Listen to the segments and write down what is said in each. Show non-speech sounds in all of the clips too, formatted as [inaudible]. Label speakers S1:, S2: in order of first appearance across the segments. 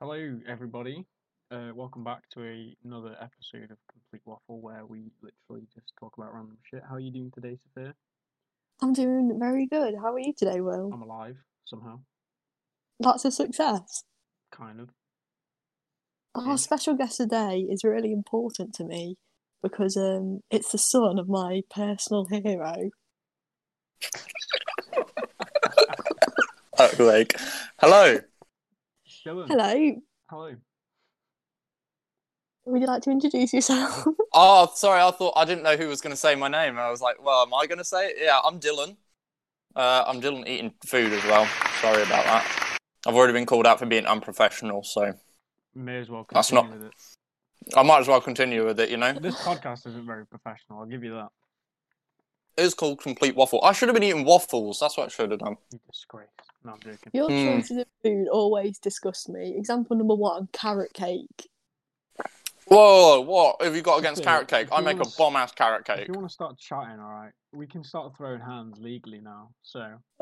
S1: Hello, everybody. Uh, welcome back to a, another episode of Complete Waffle, where we literally just talk about random shit. How are you doing today, Sophia?
S2: I'm doing very good. How are you today, Will?
S1: I'm alive somehow,
S2: That's a success.
S1: kind of. Yeah.
S2: Our special guest today is really important to me because um, it's the son of my personal hero.
S3: Oh, [laughs] like, hello.
S1: Dylan,
S2: Hello,
S1: hello.
S2: would you like to introduce yourself? [laughs]
S3: Oh, sorry. I thought I didn't know who was going to say my name. I was like, well, am I going to say it? Yeah, I'm Dylan. Uh, I'm Dylan eating food as well. Sorry about that. I've already been called out for being unprofessional, so
S1: May as well
S3: That's
S1: continue with it.
S3: I might as well continue with it. You know,
S1: This podcast isn't very professional. I'll give you that.
S3: it's called complete waffle. I should have been eating waffles. That's what I should have done.
S1: You disgrace. No, I'm joking.
S2: Your
S3: Hmm.
S2: choices of food always disgust me. Example number one carrot cake.
S3: Whoa, what have you got against
S1: Okay,
S3: carrot cake?
S1: if
S3: I
S1: you
S3: make a
S1: wanna s-
S3: bomb ass carrot
S1: If
S3: cake.
S1: you want to start chatting, all right, we can start throwing hands legally now.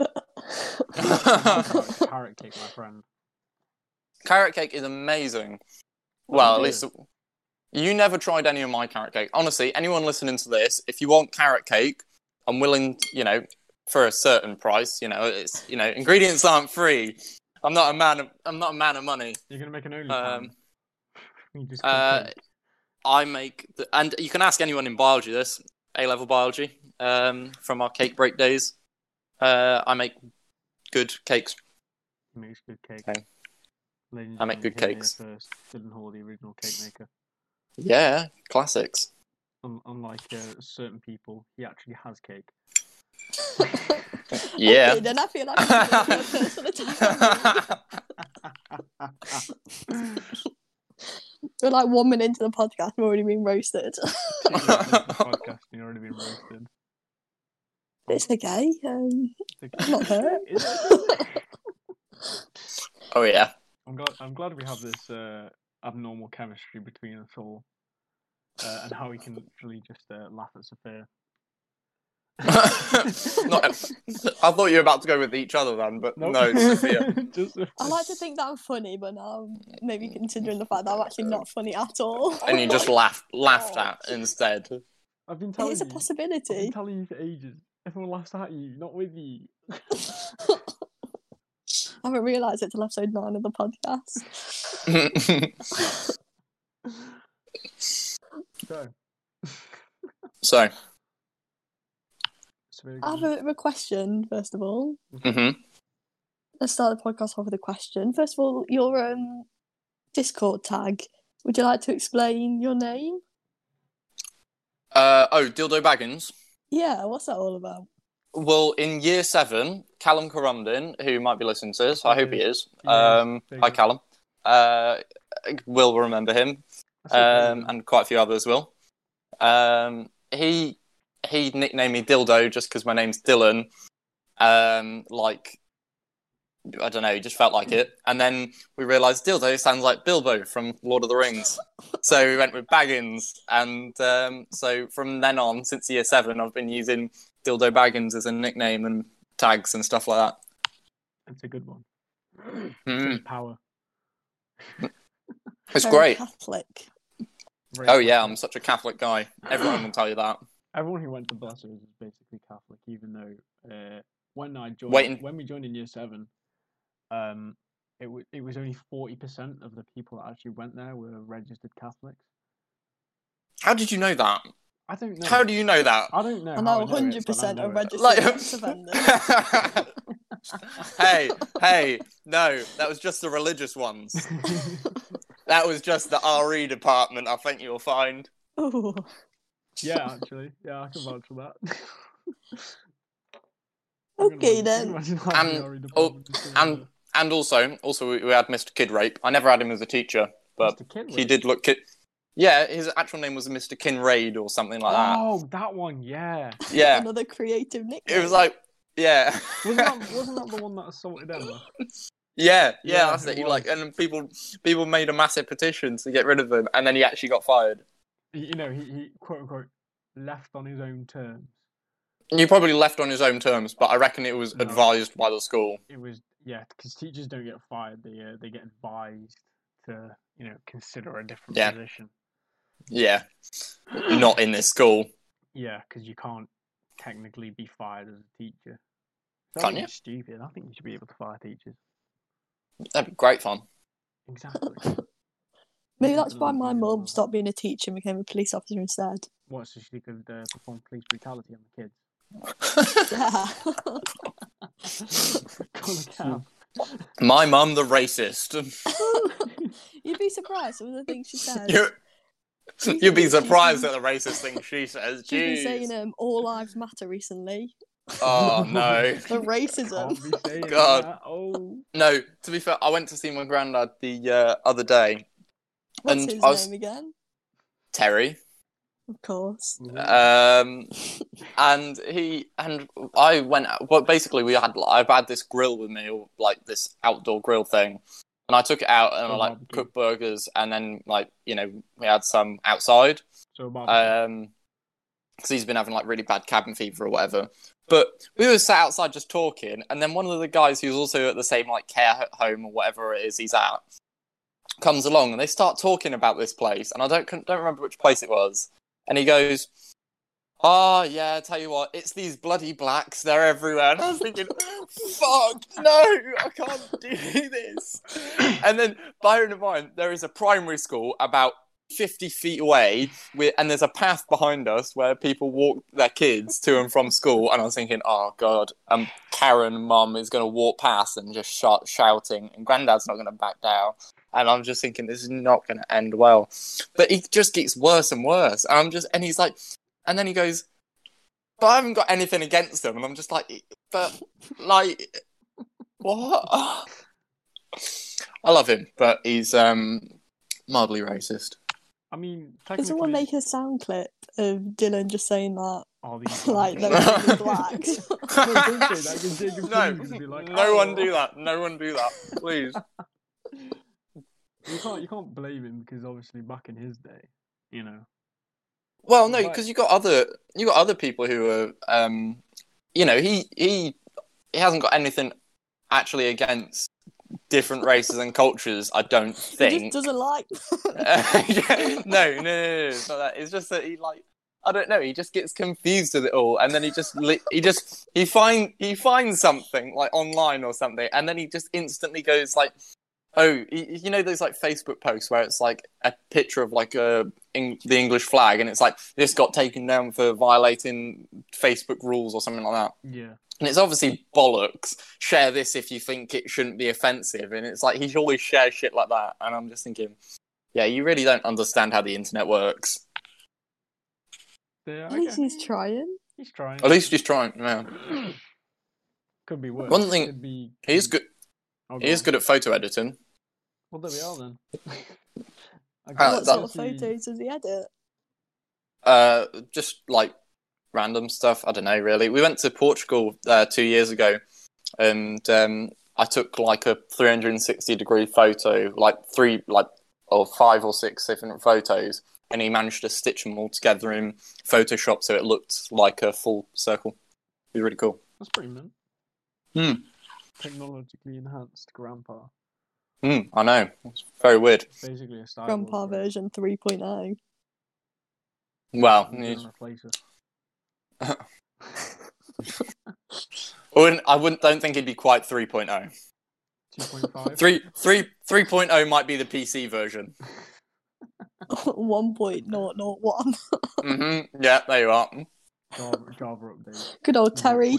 S3: [laughs]
S1: So, carrot cake, my friend.
S3: Carrot cake is amazing.
S2: [laughs]
S3: Well, at
S1: Really?
S3: least you never tried any of my carrot cake. Honestly, anyone listening to this, if you want carrot cake, I'm willing, you know, for a certain price. You know, it's you know, ingredients aren't free. I'm not a man. Of, I'm not a man of money.
S1: You're gonna make an only
S3: Um,
S1: you just
S3: Uh,
S1: complain.
S3: I make, the, and you can ask anyone in biology this, A level biology, um, from our cake break days. Uh, I make good cakes.
S1: He makes good cakes.
S3: Okay.
S1: Ladies and
S3: I make
S1: gentlemen,
S3: good
S1: hear me
S3: cakes.
S1: First, Dylan Hall, the original cake maker.
S3: Yeah, classics. [laughs]
S1: Un- unlike uh, certain people, he actually has
S3: [laughs]
S1: cake.
S3: Yeah.
S2: Okay, then I feel like I'm doing my personal
S3: [laughs]
S2: attack. We're like one minute into the podcast, I've already been roasted. [laughs]
S1: Two minutes into the podcast, and you've already been roasted.
S2: it's okay. Um,
S3: [laughs]
S1: It's
S2: I'm not
S1: okay.
S2: hurt.
S1: Is [laughs] it?
S3: oh yeah.
S1: I'm glad. I'm glad we have this uh, abnormal chemistry between us all, uh, and how we can literally just uh, laugh at Sophia.
S3: [laughs] Not- I thought you were about to go with each other then, but no, [laughs] Sophia.
S1: [laughs] just
S2: I like to think that I'm funny, but now I'm maybe
S3: Mm,
S2: considering the fact that I'm actually not funny at all.
S3: And you just laughed laughed at instead. [laughs]
S1: I've been telling
S2: [laughs] It is a
S1: you. I've been
S3: Mm.
S2: possibility.
S1: telling you for ages. Everyone laughs at you, not with you. [laughs]
S2: I haven't realised it till episode nine of the
S3: [laughs]
S2: podcast.
S1: So,
S3: so,
S1: Sophia,
S2: I have a bit of a question, first of all.
S3: hmm
S2: Let's start the podcast off with a question. First of all, your um, Discord tag. Would you like to explain your name?
S3: uh, oh, Dildo Baggins.
S2: Yeah, what's that all about?
S3: Well, in year seven, Callum Corumdin, who might be listening to this, I hope he is.
S1: Yeah,
S3: Um,
S1: there you
S3: hi,
S1: go.
S3: Callum. Uh, will remember him.
S1: that's okay,
S3: um,
S1: then.
S3: and quite a few others will. Um, he he nicknamed me Dildo just because my name's Dylan. Um, like I don't know, he just felt like it. And then we realised Dildo sounds like Bilbo from Lord of the Rings, so we went with Baggins. And um, so from then on, since year seven, I've been using Dildo Baggins as a nickname and tags and stuff like that.
S1: It's a good one.
S3: [clears throat] Mm,
S1: Power.
S3: it's
S2: Very
S3: great.
S2: Catholic.
S1: Very
S3: Oh yeah,
S1: powerful.
S3: I'm such a Catholic guy. Everyone will tell you that.
S1: Everyone who went to Blessers is basically Catholic, even though uh, when I joined,
S3: Waiting.
S1: when we joined in year seven, um, it was it was only forty percent of the people that actually went there were registered Catholics.
S3: How did you know that?
S1: I don't know.
S3: How do you know that?
S1: I don't know.
S2: And
S1: how
S2: now
S1: I know it,
S2: 100%
S1: but I know
S2: are
S1: it.
S2: registered
S3: Like- [laughs]
S2: sex offenders.
S3: hey, hey, no, that was just the religious ones. That was just the RE department, I think you'll find.
S2: Ooh.
S1: [laughs] yeah, actually, yeah, I can vouch for that. [laughs] I'm gonna
S2: Okay
S1: imagine-
S2: then.
S1: imagine having
S3: And-
S1: Ari the
S3: oh,
S1: Bomb just doing
S3: and- And also, also we we had Mr. Kidrape. I never had him as a teacher,
S1: that.
S3: but
S1: Mr. Kid
S3: he
S1: Rock.
S3: did look. Ki- yeah, his actual name was Mr. Kinraid or something like that.
S1: Oh, that one, yeah.
S3: Yeah,
S2: [laughs] Another creative nickname.
S3: it was like, yeah,
S1: Wasn't [laughs]
S3: [laughs]
S1: that, wasn't that the one that assaulted Emma?
S3: yeah, yeah,
S1: Yeah,
S3: That's
S1: it
S3: it. He like, and people, people made a massive petition to get rid of him, and then he actually got fired.
S1: He- You know, he, he quote unquote left on his own terms.
S3: He probably left on his own terms, but I reckon it was
S1: No.
S3: advised by the school.
S1: It was yeah, because teachers don't get fired; they uh, they get advised to you know consider a different
S3: Yeah.
S1: position.
S3: Yeah, not in this school.
S1: Yeah, because you can't technically be fired as a teacher. That
S3: Can't
S1: would be
S3: you?
S1: Stupid. I think you should be able to fire teachers.
S3: That'd be great fun. [laughs]
S1: Exactly.
S2: Maybe
S1: Yeah,
S2: that's why
S1: but
S2: my
S1: I'm
S2: mum
S1: not.
S2: stopped being a teacher and became a police officer instead.
S1: what so she could uh, perform police brutality on the kids? [laughs]
S2: Yeah.
S1: Call the cab.
S3: My mum, the racist.
S2: [laughs] You'd be surprised some of the things she says.
S3: you
S2: [laughs] She's
S3: you'd be
S2: been- she's
S3: surprised at
S2: been-
S3: the racist thing she says.
S2: She's been
S3: Jeez.
S2: saying um, all lives matter recently. [laughs]
S3: Oh no.
S1: [laughs]
S2: The racism.
S1: Can't be saying
S3: God.
S1: that. Oh,
S3: No, to be fair, I went to see my granddad the uh, other day,
S2: What's
S3: And
S2: his
S3: I was-
S2: name again?
S3: Terry,
S2: Of course.
S1: Mm,
S3: um, and he and I went. Well, basically, we had I've had this grill with me, or like this outdoor grill thing, and I took it out and I
S1: Oh,
S3: like
S1: barbecue.
S3: cooked burgers, and then like you know we had some outside.
S1: so about
S3: um because he's been having like really bad cabin fever or whatever but we were sat outside just talking and then one of the guys who's also at the same like care ho- home or whatever it is he's at comes along and they start talking about this place and i don't couldn't- don't remember which place it was and he goes Oh yeah, I tell you what, it's these bloody blacks, they're everywhere. And I was thinking, [laughs] fuck, no, I can't do this. And then bearing in mind, there is a primary school about 50 feet away, with, and there's a path behind us where people walk their kids to and from school. And I was thinking, oh god, um, Karen, mum is going to walk past and just shout, shouting, and granddad's not going to back down. And I'm just thinking, this is not going to end well. But it just gets worse and worse. And I'm just, and he's like, and then he goes, but I haven't got anything against them. And I'm just like, but like, what? [laughs] I love him, but he's um mildly racist.
S1: I mean,
S2: Can someone
S1: technically,
S2: make a sound clip of Dylan just saying that? [laughs]
S1: all these
S2: like,
S1: guys-
S2: they're
S1: [laughs]
S2: really blacks.
S1: No,
S3: [laughs]
S1: don't say that, 'cause Jacob
S3: no,
S1: Green's gonna be like,
S3: no one
S1: "Oh."
S3: do that. No one do that, please.
S1: You can't you can't blame him because obviously back in his day, you know.
S3: [laughs] Well, no,
S1: Right.
S3: because you got other you got other people who are, um, you know, he he he hasn't got anything actually against different races and cultures. I don't
S2: He just
S3: think.
S2: doesn't like.
S3: Uh, yeah, [laughs] no, no, no, no, it's not that. It's just that he like I don't know. He just gets confused with it all, and then he just li- he just he find he finds something like online or something, and then he just instantly goes like, oh, y- you know those like Facebook posts where it's like a picture of like a Eng- the English flag, and it's like this got taken down for violating Facebook rules or something like that.
S1: Yeah.
S3: And it's obviously bollocks. Share this if you think it shouldn't be offensive. And it's like he always shares shit like that. And I'm just thinking, yeah, you really don't understand how the internet works.
S1: Yeah,
S2: At
S1: I guess
S2: least [laughs] he's trying.
S1: he's trying.
S3: At least he's trying. Yeah.
S1: [clears throat] could be worse.
S3: One thing-
S1: could be, could
S3: He's
S1: be-
S3: good.
S1: oh,
S3: He is
S1: God.
S3: good at photo editing.
S1: Well, there we are
S2: [laughs]
S1: then. I
S3: Uh,
S2: what
S1: guess
S2: sort of
S1: that's the-
S2: photos does he edit?
S3: Uh, just like random stuff. I don't know really. We went to Portugal uh, two years ago, and um, I took like a 360 degree photo, like three, like or five or six different photos, and he managed to stitch them all together in Photoshop so it looked like a full circle. It was really cool.
S1: That's pretty mint.
S3: Hmm.
S1: Technologically enhanced grandpa.
S3: Mm, I know. It's very weird.
S1: Basically a style.
S2: Grandpa version oh. [laughs] 3.0.
S3: Well,
S1: Yeah.
S3: he's-
S1: Replace us.
S3: I wouldn't, I wouldn't. Don't think he'd be quite 3.0.
S1: 2.5.
S3: [laughs] Three, three, 3.0 might be the PC version.
S2: 1.001.
S3: hmm Yeah, there you are.
S1: Java, Java update.
S2: [laughs] Good old Terry.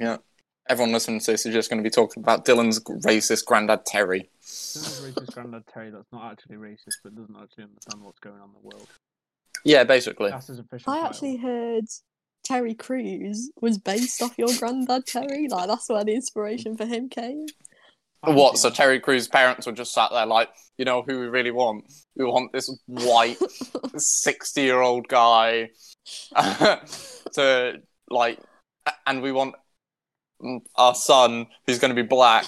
S1: 0.6.
S3: Everyone listening to this is just going to be talking about Dylan's g- racist granddad Terry.
S1: This is racist granddad Terry that's not actually racist but doesn't actually understand what's going on in the world.
S3: Yeah, basically.
S1: That's his official
S2: I
S1: title.
S2: actually heard Terry Crews was based off your granddad Terry. Like that's where the inspiration for him came. [laughs]
S1: I can
S3: what?
S1: see
S3: So
S1: that.
S3: Terry Crews' parents were just sat there like, you know, who we really want? We want this [laughs] white sixty-year-old guy [laughs] to like, a- and we want mm, our son, who's going to be black,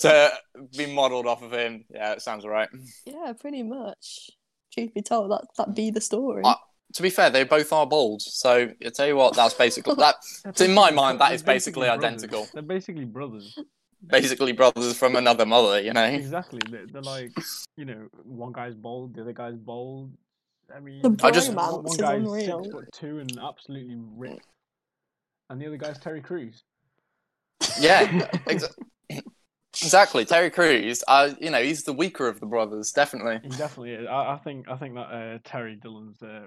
S3: to be modelled off of him. Yeah, it sounds right.
S2: Yeah, pretty much. Truth be told, that that be the story.
S3: I- To be fair, they both are bald. So I tell you what, that's basically that.
S1: They're
S3: In my
S1: basically-
S3: mind, that
S1: they're
S3: is basically
S1: brothers.
S3: identical.
S2: [laughs]
S1: They're basically brothers.
S3: basically brothers from another mother, you know?
S1: Exactly. They're, they're like, you know, one guy's bald, the other guy's bald. I mean,
S2: The
S3: I just-
S1: one, one
S2: bromance is
S1: guy's
S2: unreal.
S1: six foot two and absolutely ripped, and the other guy's Terry Crews.
S3: Yeah, ex- exactly. Terry Crews, I, you know, he's the weaker of the brothers, definitely.
S1: He definitely is. I, I think I think that uh, Terry Dillon's uh,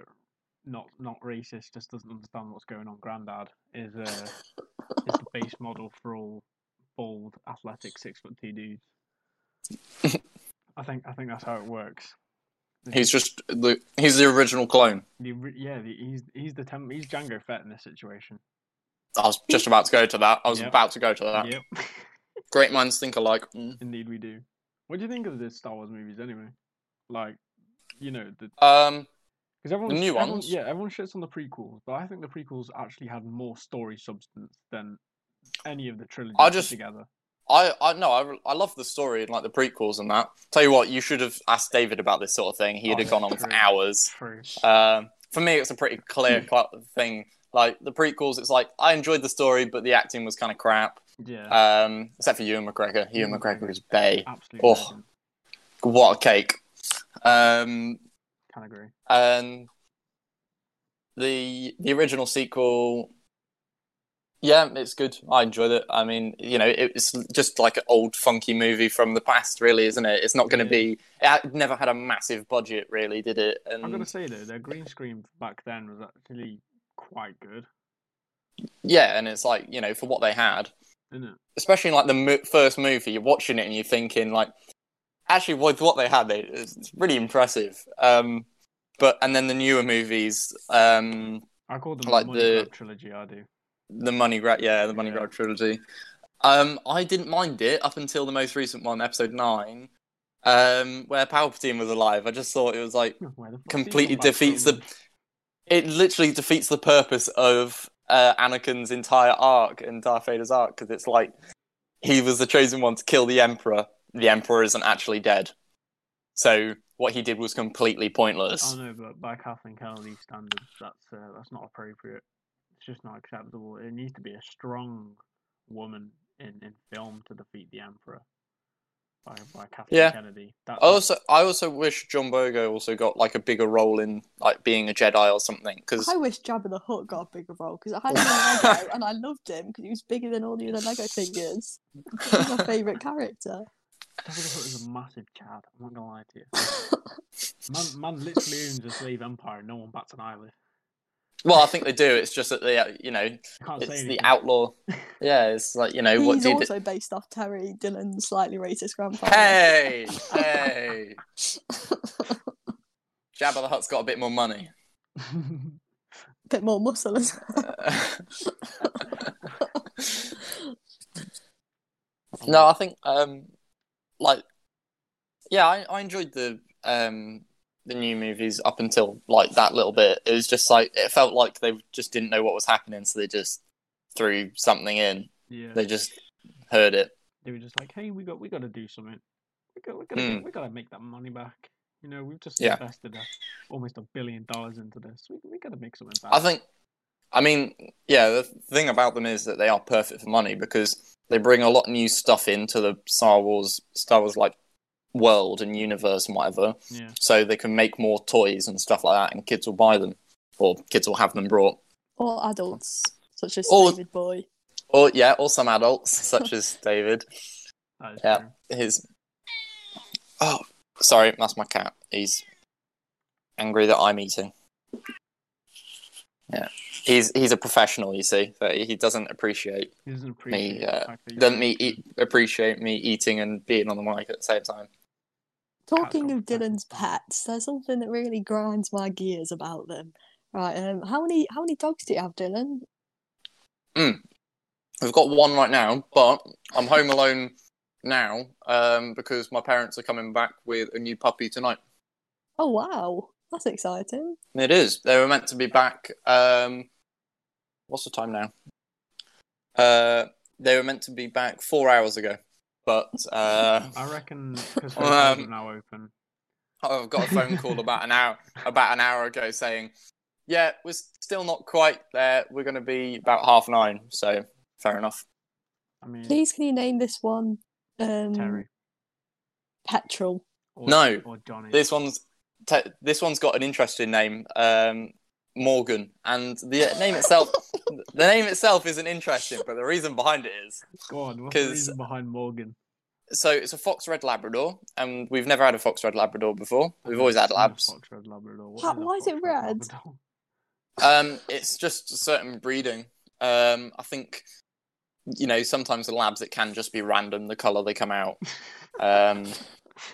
S1: not not racist, just doesn't understand what's going on. Grandad is uh, is the base model for all bald, athletic, six foot two dudes. I think I think that's how it works.
S3: He's just the he's the original clone.
S1: The, ori- yeah, the, he's he's the temp, he's Django Fett in this situation.
S3: I was just about to go to that. I was
S1: Yep.
S3: about to go to that.
S1: Yep,
S3: Great minds think alike. Mm.
S1: indeed we do. What do you think of the Star Wars movies anyway? Like, you know, the
S3: Um,
S1: Because everyone,
S3: new
S1: everyone-
S3: ones?
S1: yeah, everyone shits on the prequels, but I think the prequels actually had more story substance than any of the trilogy
S3: I
S1: put
S3: just-
S1: together.
S3: I, I no, I, I love the story and like the prequels and that. Tell you what, you should have asked David about this sort of thing. He'd
S1: Oh,
S3: have gone on
S1: true.
S3: for hours.
S1: True.
S3: Um, for me, it's a pretty clear cut thing. Like the prequels, it's like I enjoyed the story, but the acting was kind of crap.
S1: Yeah.
S3: Um, except for Ewan McGregor. Ewan McGregor is bay.
S1: absolutely.
S3: oh. What a cake. Um,
S1: Can agree.
S3: and the the original sequel, yeah, it's good. I enjoyed it. I mean, you know, it's just like an old funky movie from the past, really, isn't it? It's not going to
S1: Yeah.
S3: be. It had- never had a massive budget, really, did it? And
S1: I'm gonna say though, their green screen back then was actually quite good,
S3: yeah, and it's like you know, for what they had,
S1: isn't it?
S3: especially in, like the mo- first movie, you're watching it and you're thinking like, actually, with what they had, they, it's it's really impressive. Um, but and then the newer movies, um,
S1: I call them
S3: Like
S1: the, money
S3: the-
S1: grab trilogy. I do. [laughs]
S3: the Money Grab, yeah, the Money
S1: Yeah.
S3: Grab trilogy. Um, I didn't mind it up until the most recent one, Episode Nine, um, where Palpatine was alive. I just thought it was like
S1: Where the fuck did he
S3: completely
S1: come back
S3: defeats
S1: from?
S3: the. It literally defeats the purpose of uh, Anakin's entire arc and Darth Vader's arc because it's like he was the chosen one to kill the Emperor. The Emperor isn't actually dead, so what he did was completely
S1: I
S3: pointless.
S1: know, but by Kathleen Kennedy standards, that's uh, that's not appropriate. It's just not acceptable. It needs to be a strong woman in, in film to defeat the Emperor. By, by Kathleen
S3: Yeah. Oh,
S1: Kennedy. That's
S3: I also, I also wish John Bogo also got like a bigger role in like being a Jedi or something because [laughs]
S2: I wish Jabba the Hutt got a bigger role because I had him in Lego and I loved him because he was bigger than all the other Lego figures. He was my favourite
S3: [laughs]
S2: character.
S1: Jabba the Hutt is a massive chad. I'm not gonna lie to you.
S3: [laughs]
S1: Man, man literally owns a slave empire. and No one bats an eyelid.
S3: well, I think they do. It's just that they, uh, you know,
S1: I can't say
S3: it's the
S1: anything. [laughs]
S3: outlaw. Yeah, it's like you know what
S2: He's
S3: did.
S2: also based off Terry Dillon's slightly racist grandfather.
S3: [laughs] Hey, hey. Jabba the Hutt's got a bit more money.
S2: Bit more muscle as
S3: no, I think um, like yeah, I, I enjoyed the um the new movies up until like that little bit. It was just like it felt like they just didn't know what was happening, so they just threw something in.
S1: yeah.
S3: They just heard it.
S1: They were just like, "Hey, we got we got to do something. We got we got to
S3: Mm.
S1: we got to make that money back. You know, we've just
S3: Yeah.
S1: invested a, almost a billion dollars into this. We we got to make something back."
S3: I think, I mean, yeah, the thing about them is that they are perfect for money because they bring a lot of new stuff into the Star Wars, Star Wars like world and universe and whatever.
S1: yeah,
S3: So they can make more toys and stuff like that, and kids will buy them, or kids will have them brought,
S2: or adults, such as
S3: Or-
S2: David Boy.
S3: or yeah, or some adults [laughs] such as David.
S1: that is
S3: Yeah.
S1: true.
S3: His oh, sorry, that's my cat. He's angry that I'm eating. Yeah, he's he's a professional, you see, so he doesn't appreciate.
S1: He doesn't appreciate
S3: uh,
S1: the fact that you
S3: doesn't me eat, appreciate me eating and being on the mic at the same time.
S2: Talking
S1: Cats
S2: of
S1: got
S2: Dylan's
S1: preferences.
S2: pets, there's something that really grinds my gears about them. Right, um, how many how many dogs do you have, Dylan?
S3: We've got one right now, but I'm home alone now um, because my parents are coming back with a new puppy tonight.
S2: Oh wow, that's exciting.
S3: It is. They were meant to be back. Um, what's the time now? Uh, they were meant to be back four hours ago, but uh, [laughs]
S1: I reckon because
S3: Well,
S1: are
S3: um,
S1: now open.
S3: I've got a phone call about an hour about an hour ago saying, "Yeah, we're still not quite there. We're going to be about half nine. So fair enough.
S1: I mean,
S2: Please, can you name this one? Um,
S1: Hmm. Terry.
S2: Petrol.
S1: Or,
S3: No,
S1: Or Johnny.
S3: This one's te- this one's got an interesting name, um, Morgan, and the name itself the name itself isn't interesting, but the reason behind it is
S1: Go on, what's the
S3: 'cause-
S1: reason behind Morgan?
S3: so it's a fox red Labrador, and we've never had a fox red Labrador before. We've always had
S1: What is a
S3: labs.
S1: Fox Red Labrador? What
S2: How-
S1: a
S2: why is it
S1: Fox
S2: red?
S1: [laughs] Labrador?
S3: Um, it's just certain breeding. Um, I think you know sometimes the labs it can just be random the color they come out. Um,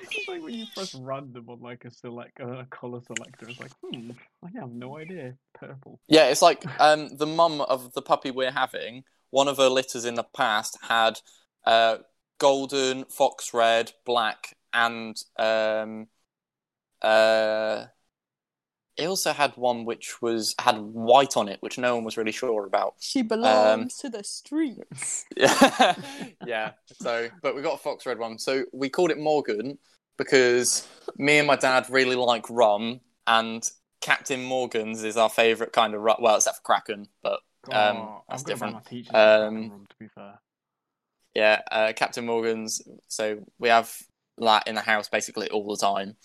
S1: It's like when you press random on like a select uh, a color selector. It's like, hmm, I have no idea. [laughs] Purple.
S3: Yeah, it's like um, the mum of the puppy we're having. One of her litters in the past had uh, golden, fox red, black, and um, uh, it also had one which was had white on it, which no one was really sure about.
S2: She belongs to the streets.
S3: Yeah, [laughs] yeah. So, but we got a fox red one. So we called it Morgan because me and my dad really like rum, and Captain Morgan's is our favourite kind of rum. Well, except for Kraken, but Um,
S1: Oh,
S3: that's
S1: I'm gonna ban
S3: different.
S1: My teachers
S3: Um,
S1: um, room, to be fair.
S3: yeah, uh, Captain Morgan's. So we have that in the house basically all the time,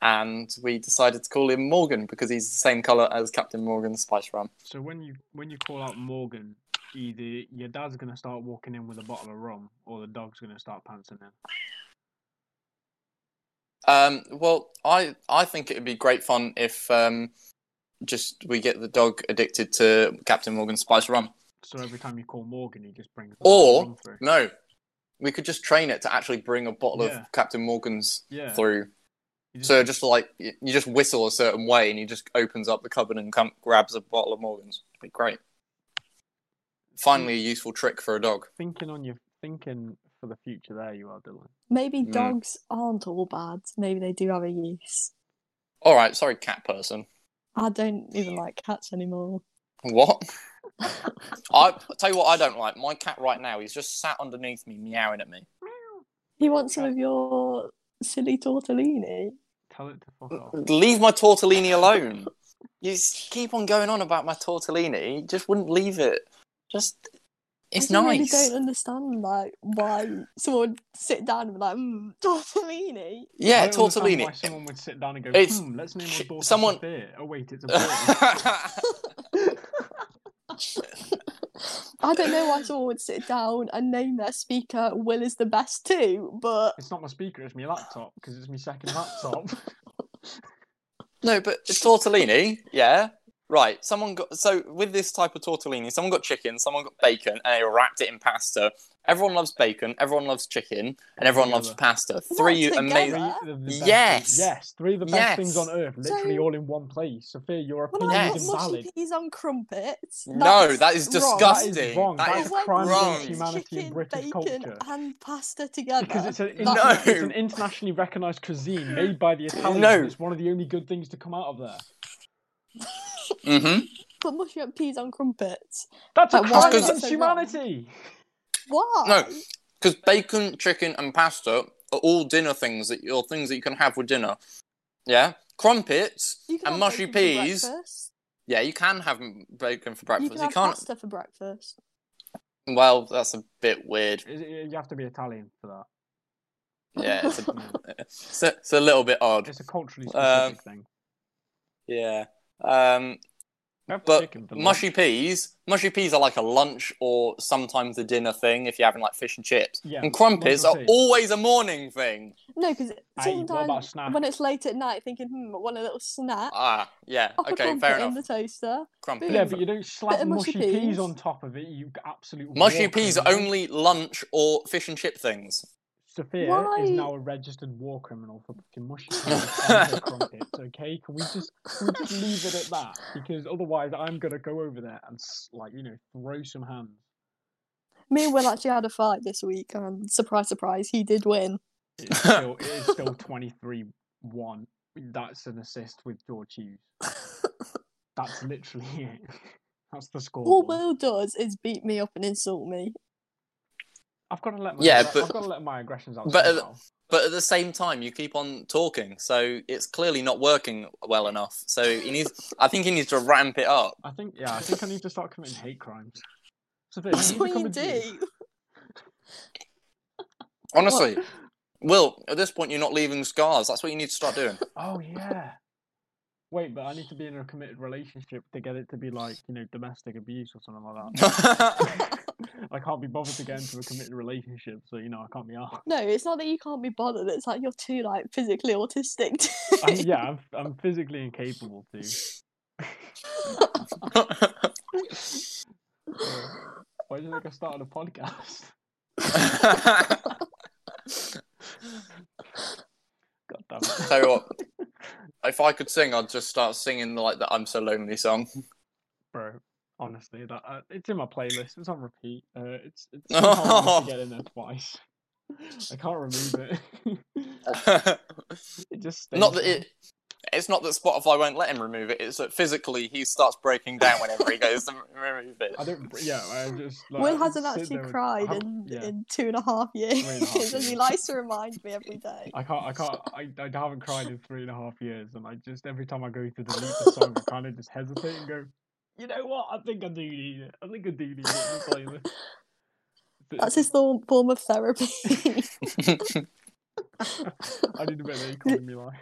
S3: and we decided to call him Morgan because he's the same colour as Captain Morgan's spice rum.
S1: So when you when you call out Morgan, either your dad's gonna start walking in with a bottle of rum, or the dog's gonna start pantsing in.
S3: Um, well, I I think it would be great fun if um, just we get the dog addicted to Captain Morgan's spice rum.
S1: So every time you call Morgan, he just brings. the
S3: Or-
S1: rum through.
S3: No, we could just train it to actually bring a bottle
S1: Yeah.
S3: of Captain Morgan's
S1: yeah,
S3: through.
S1: you just-
S3: So just like y- you just whistle a certain way, and he just opens up the cupboard and come, grabs a bottle of Morgan's. It'd be great. Finally, a useful trick for a dog.
S1: thinking on your thinking for the future. There you are, Dylan.
S2: Maybe
S3: Mm.
S2: dogs aren't all bad. Maybe they do have a use.
S3: All right, sorry, cat person.
S2: I don't even like cats anymore. [laughs]
S1: [laughs]
S3: What? I tell you what, I don't like my cat right now. He's just sat underneath me, meowing at me.
S2: You want some of your silly tortellini?
S1: Tell it to fuck
S3: Uh,
S1: off.
S3: Leave my tortellini alone. You s- keep on going on about my tortellini. You just wouldn't leave it. Just, it's
S2: I
S3: nice.
S2: really don't understand like why someone would sit down and be like, mm, [laughs] tortellini.
S3: Yeah,
S1: I don't understand
S3: tortellini.
S1: Why someone would sit down and go,
S3: It's-
S1: hmm, let's name
S3: sh-
S1: our daughter
S3: someone-
S1: Sophia. Oh wait,
S3: [laughs]
S1: it's a boy.
S3: I
S2: I don't know
S3: [laughs]
S2: why someone would sit down and name their speaker Will is the best too, but
S1: it's not my speaker, it's my laptop because it's my second
S3: [laughs]
S1: laptop.
S3: no, but it's tortellini. Yeah. Right. Someone got so with this type of tortellini, someone got chicken, someone got bacon, and they wrapped it in pasta. Everyone loves bacon. Everyone loves chicken, and everyone loves
S1: Together.
S3: pasta. Three
S2: together.
S3: amazing.
S1: Three of the best
S3: Yes.
S1: things- yes, three of the best things on
S3: Yes.
S1: earth, literally
S2: So-
S1: all in one place. Sophia, your
S2: when
S1: opinion
S2: I
S1: is
S2: put mushy
S1: invalid. Oh,
S2: peas on crumpets,
S3: No, that is
S2: wrong.
S3: disgusting.
S1: That is wrong.
S3: That
S1: That
S2: I
S1: is
S3: is
S2: went
S1: crime
S2: with
S3: wrong.
S1: humanity and
S2: chicken,
S1: British
S2: bacon,
S1: culture.
S2: and pasta together.
S1: Because
S3: [laughs]
S1: it's, an
S2: That-
S1: in-
S3: No.
S1: it's an internationally recognised cuisine made by the Italians.
S3: No.
S1: and It's one of the only good things to come out of there.
S3: Mm-hmm.
S2: Put mushy peas on crumpets.
S1: That's a
S2: But
S3: why
S1: crime
S3: is it
S1: against
S2: so
S1: humanity.
S2: Why?
S3: No, because bacon, chicken, and pasta are all dinner things that or things that you can have with dinner. Yeah, crumpets
S2: You can
S3: and
S2: have
S3: mushy
S2: bacon for
S3: peas.
S2: breakfast.
S3: Yeah, you can have m- bacon for
S2: You
S3: breakfast.
S2: can have
S3: not
S2: pasta for breakfast.
S3: Well, that's a bit weird.
S1: Is it- You have to be Italian for that.
S3: [laughs] Yeah,
S2: [laughs]
S3: it's a,
S1: Yeah.
S3: it's a, it's a little bit odd.
S1: It's a culturally
S3: Um,
S1: specific thing.
S3: Yeah. Um,
S1: Have
S3: but
S1: chicken for lunch.
S3: mushy peas, mushy peas are like a lunch or sometimes a dinner thing if you're having like fish and chips.
S1: Yeah,
S3: and crumpets
S1: lunch
S3: are
S1: or tea.
S3: always a morning thing.
S2: No, because
S1: Aye, what about
S2: sometimes
S1: snack?
S2: when it's late at night, thinking, hmm, I want a little snack.
S3: Ah, yeah.
S2: Pop a
S3: Okay,
S2: crumpet
S3: fair
S2: in
S3: enough.
S2: the toaster.
S3: Crumpets.
S1: Yeah, but you don't slap
S2: of
S1: mushy
S2: mushy
S1: peas.
S2: peas.
S1: on top of it. You absolute
S3: Mushy
S1: war
S3: peas are
S1: criminal.
S3: only lunch or fish and chip things.
S1: Sophia is
S2: Why?
S1: now a registered war criminal for fucking mushy peas and her crumpets. Okay, can we just can we just leave it at that? Because otherwise, I'm gonna go over there and s- like you know throw some hands.
S2: [laughs] Me and Will actually had a fight this week, and surprise, surprise, he did win.
S1: It's still, it is
S3: [laughs]
S1: still 23 1. That's an assist with George
S3: [laughs]
S1: Hughes. That's literally [laughs] it. That's the
S2: All
S1: score.
S2: Will does is beat me up and insult me.
S1: I've got to let my
S3: Yeah,
S1: aggre-
S3: but-
S1: I've got to let my aggressions out.
S3: but, uh,
S1: somehow.
S3: But at the same time, you keep on talking, so it's clearly not working well enough. So he needs, [laughs] I think he needs to ramp it up. [laughs]
S1: I think yeah, I think I need to start committing hate crimes. Sophia,
S2: That's
S1: you need to
S2: what
S1: become
S2: you
S1: a Jew.
S2: do.
S3: Honestly, Will, at this point, you're not leaving scars. That's what you need to start doing.
S1: Oh yeah. Wait, but I need to be in a committed relationship to get it to be like you know domestic abuse or something like
S3: [laughs]
S1: that. I can't be bothered to get into a committed relationship, so you know I can't be
S3: [laughs]
S1: arsed.
S2: No, it's not that you can't be bothered. It's like you're too like physically autistic. to- [laughs]
S1: I'm, yeah, I'm, I'm physically incapable to. Uh, why do you think I started a podcast? [laughs]
S3: [laughs]
S1: God damn it.
S3: Tell you what, if I could sing, I'd just start singing like the "I'm So
S1: [laughs]
S3: Lonely" song.
S1: bro. Honestly, that uh, it's in my playlist. It's on repeat. Uh, it's
S3: [laughs]
S1: it's somehow managed to get in there twice. I can't remove it. [laughs] it just stays
S3: [laughs] not that
S1: there.
S3: it. It's not that Spotify won't let him remove it. It's that physically he starts breaking down whenever he goes to [laughs] remove it.
S1: I don't. br- Yeah, I just. Like,
S2: Will
S1: I sit
S2: hasn't actually
S1: there and- I
S2: cried in,
S1: haven't- yeah.
S2: in two and a half years,
S1: and a half
S2: and [laughs] he
S1: years.
S2: likes to remind me
S1: [laughs]
S2: every day.
S1: I can't. I can't. I, I haven't cried in three and a half years, and I just every time I go to delete the song, I kind of just hesitate and go, "You know what? I think I do need it. I think I do need it." in the playlist." But
S2: That's his form form of therapy. [laughs]
S1: I need a bit of acorn in my life.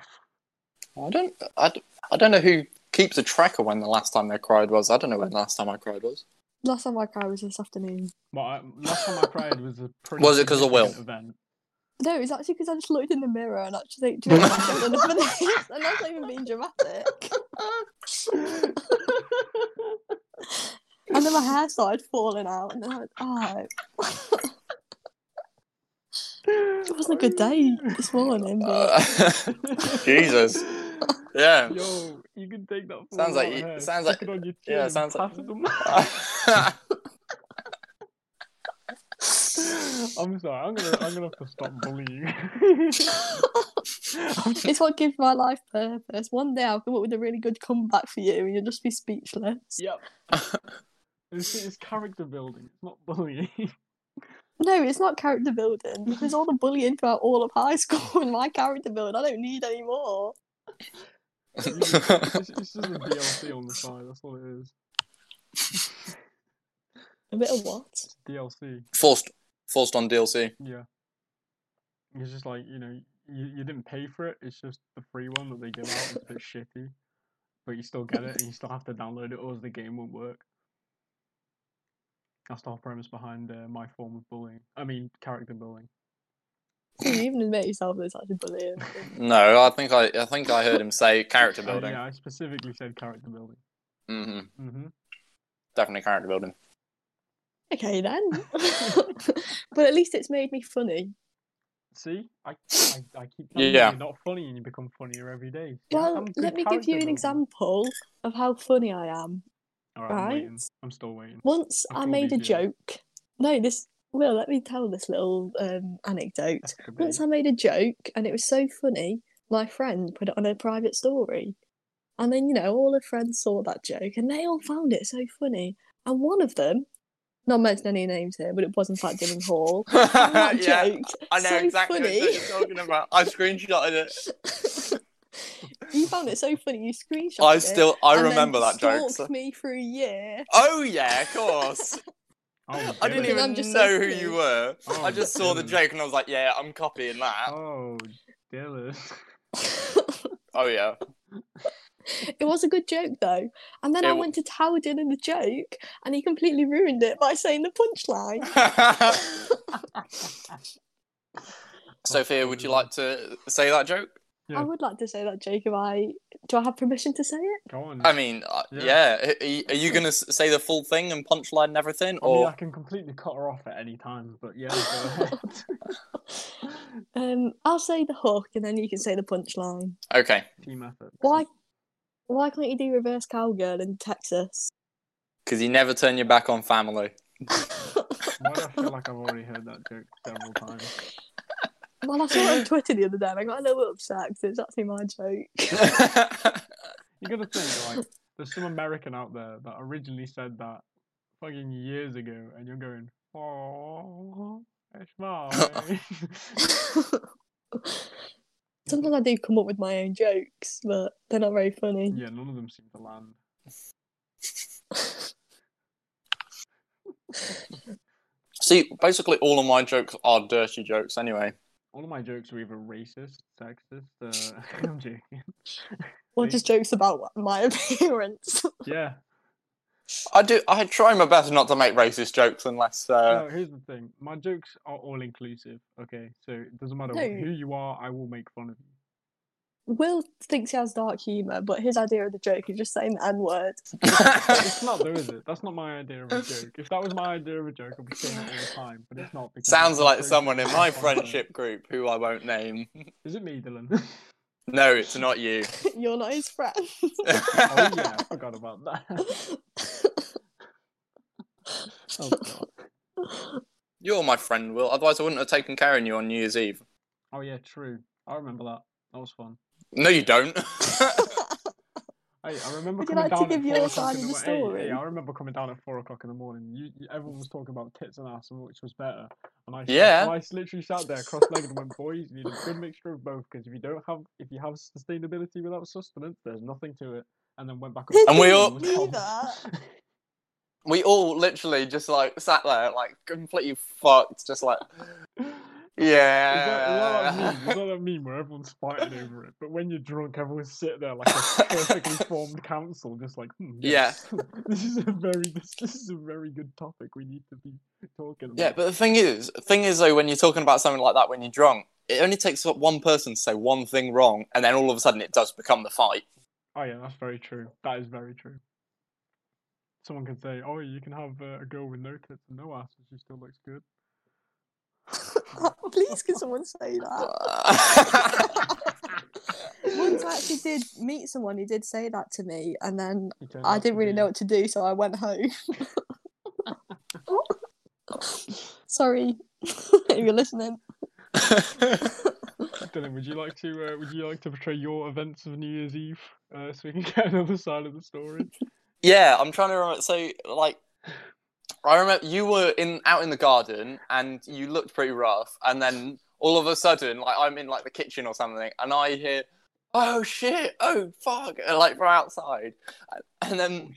S3: I don't. I, d- I don't know who keeps a track of when the last time they cried was. I don't know when the last time I cried was.
S2: Last time I cried was this afternoon.
S1: But I, last time I cried was a pretty.
S3: Was it 'cause of Will?
S1: significant Event.
S2: No, it's actually because I just looked in the mirror and actually, do you know what? I've done enough of this. [laughs] And that's not even being dramatic. And then my hair started falling out, and then I went, oh, it wasn't a good day this morning. But...
S3: [laughs] Uh, [laughs] Jesus. yeah.
S1: Yo, you can take that. full
S3: Sounds like
S1: amount
S3: you-
S1: of
S3: sounds
S1: hair,
S3: like-
S1: stick it on your
S3: yeah,
S1: chin,
S3: sounds like-
S1: pass it
S3: [laughs]
S1: to- I'm sorry. I'm gonna. I'm gonna have to stop bullying.
S3: [laughs]
S1: I'm
S2: It's what gives my life purpose. One day I'll come up with a really good comeback for you, and you'll just be speechless.
S1: Yep. this is character building. It's not
S3: [laughs]
S1: bullying.
S2: No, it's not character building because all the bullying throughout all of high [laughs] school and my character building, I don't need any more.
S1: it's, just- it's just a DLC on the side. That's all it is.
S2: A bit of what?
S1: DLC.
S3: forced, forced on DLC.
S1: Yeah. It's just like you know you, you didn't pay for it. It's just the free one that they give out. It's a
S2: [laughs]
S1: bit shitty, but you still get it and you still have to download it, or else the game won't work. That's the whole premise behind uh, my form of bullying. I mean, character bullying.
S2: So you even admit yourself that it's actually bullying.
S3: No, I think I, I think I heard him
S1: [laughs]
S3: say character
S1: Uh,
S3: building.
S1: yeah, I specifically said character building.
S3: hmm
S1: hmm
S3: Definitely character building. [laughs]
S1: [laughs]
S2: okay then. [laughs] but at least it's made me funny.
S1: See, I, I, I keep telling
S3: Yeah.
S1: you you're not funny, and you become funnier every day. See,
S2: Well,
S1: I'm good
S2: let me give
S1: character
S2: you an
S1: building.
S2: example of how funny I am.
S1: All right, I'm waiting.
S2: right?
S1: I'm still waiting.
S2: Once
S1: I
S2: I,
S1: thought
S2: made a
S1: they'd do
S2: joke. No, this Will, let me tell this little um, anecdote. Once I made a joke and it was so funny, my friend put it on her private story. And then, you know, all her friends saw that joke and they all found it so funny. And one of them, not mentioning any names here, but it wasn't like
S3: [laughs]
S2: Dylan Hall. found that joke
S3: I know
S2: so
S3: exactly
S2: funny. [laughs]
S3: what you're talking about. I screenshotted it.
S2: you found it so funny, you screenshot
S3: I still, I remember that joke. so-
S2: me for a
S3: [laughs]
S2: year.
S3: Oh yeah, of course.
S1: [laughs] Oh,
S3: I didn't
S2: Because
S1: Dylan.
S2: I'm
S3: even
S2: just so
S3: know who
S2: silly.
S3: you were.
S1: Oh,
S3: I just saw the
S1: Dylan.
S3: joke and I was like, yeah, I'm copying that.
S1: Oh, [laughs] Dylan. [laughs]
S3: Oh yeah. [laughs]
S2: It was a good joke though. And then
S3: It
S2: I
S3: wa-
S2: went to tell Dylan the joke and he completely ruined it by saying the punchline.
S3: Sophia, would you like to say that joke?
S1: Yeah.
S2: I would like to say that joke if I do I have permission to say
S3: [gasps]
S2: it?
S1: Go on.
S3: I mean, uh, yeah.
S1: Mm. Yeah.
S3: Are you, are you gonna s- say the full thing and punchline and everything,
S1: I, mean,
S3: or
S1: I can completely cut her off at any time, but
S3: [laughs]
S1: yeah, go ahead.
S2: Um I'll say the hook and then you can say the punchline.
S3: okay?
S1: Team effort.
S2: Why why can't you do reverse cowgirl in Texas? [laughs]
S3: Because you never turn your back
S1: [laughs]
S3: on family. [laughs]
S1: Why do I feel like I've already heard that joke several times?
S2: Well, I saw it on Twitter the other day and I got a little bit upset because it's actually my joke.
S1: You gotta think, like, there's some American out there that originally said that fucking years ago, and you're going, oh, it's
S2: [laughs]
S1: mine.
S2: Sometimes I do come up with my own jokes, but they're not very funny.
S1: yeah, none of them seem to land.
S3: See, basically, all of my jokes are dirty jokes anyway.
S1: All of my jokes are either racist, sexist. Uh, [laughs] I'm joking.
S2: Well, just jokes about my [laughs] appearance.
S1: Yeah.
S3: I do. I try my best not to make racist jokes unless. Uh,
S1: No, here's the thing. My jokes are all inclusive. Okay, so it doesn't matter
S2: No.
S1: who you are. I will make fun of you.
S2: Will thinks he has dark humour, but his idea of the joke is just saying the N word. [laughs]
S1: It's
S3: [laughs]
S1: not though, is it? That's not my idea of a joke. If that was my idea of a joke, I'd be saying it all the time. But it's not. Because
S3: Sounds
S1: I'm
S3: like
S1: afraid-
S3: someone
S1: [laughs]
S3: in my
S1: I'm afraid-
S3: friendship group who I won't name.
S1: Is it me, Dylan? [laughs]
S3: No, it's not you.
S2: You're not his friend. [laughs]
S1: oh yeah, I forgot about that. [laughs] Oh, God.
S3: [laughs] You're my friend, Will. Otherwise, I wouldn't have taken care of you on New Year's Eve.
S1: oh yeah, true. I remember that. That was fun.
S3: No, you don't.
S1: Hey, I remember
S2: Would you
S1: coming
S2: like to
S1: down at
S2: give
S1: four
S2: your
S1: o'clock
S2: side
S1: in
S2: of
S1: the,
S2: the
S1: mo- hey, hey,
S2: story?
S1: I remember coming down at four o'clock in the morning. You, you- everyone was talking about tits and ass and which was better. And I, s-
S3: Yeah.
S1: I s- literally sat there cross-legged and went, "Boys, you need a good mixture of both because if you don't have, if you have sustainability without sustenance, there's nothing to it." And then went back. up
S3: And we all-
S1: was [laughs] told.
S2: Neither.
S3: [laughs] we all literally just like sat there, like completely fucked, just like
S1: Is that, is that that meme? Is
S3: yeah.
S1: that that meme where everyone's fighting over it? But when you're drunk, everyone's sitting there
S3: [laughs]
S1: like a perfectly formed council, just like, hmm, yes. [laughs] this is a very, this, this is a very good topic. We need to be talking about.
S3: Yeah, but the thing is, thing is though, when you're talking about something like that when you're drunk, it only takes one person to say one thing wrong, and then all of a sudden it does become the fight. [laughs]
S1: oh yeah, that's very true. That is very true. Someone can say, "Oh, you can have uh, a girl with no tits and no ass, and she still looks good."
S2: Please, can someone say that? Once I actually did meet someone who did say that to me, and then
S1: He turned
S2: I
S1: out
S2: didn't
S1: to
S2: really
S1: be- [laughs]
S2: know what to do, so I went home. [laughs] Sorry, [laughs] if you're listening.
S1: Dylan, would you like to uh, would you like to portray your events of New Year's Eve uh, so we can [laughs] get another side of the
S3: [laughs]
S1: story?
S3: yeah, I'm trying to remember. So like. I remember you were in out in the garden and you looked pretty rough, and then all of a sudden, like I'm in like the kitchen or something, and I hear, "Oh shit! Oh fuck!" and, like from outside, and
S1: Oh,
S3: then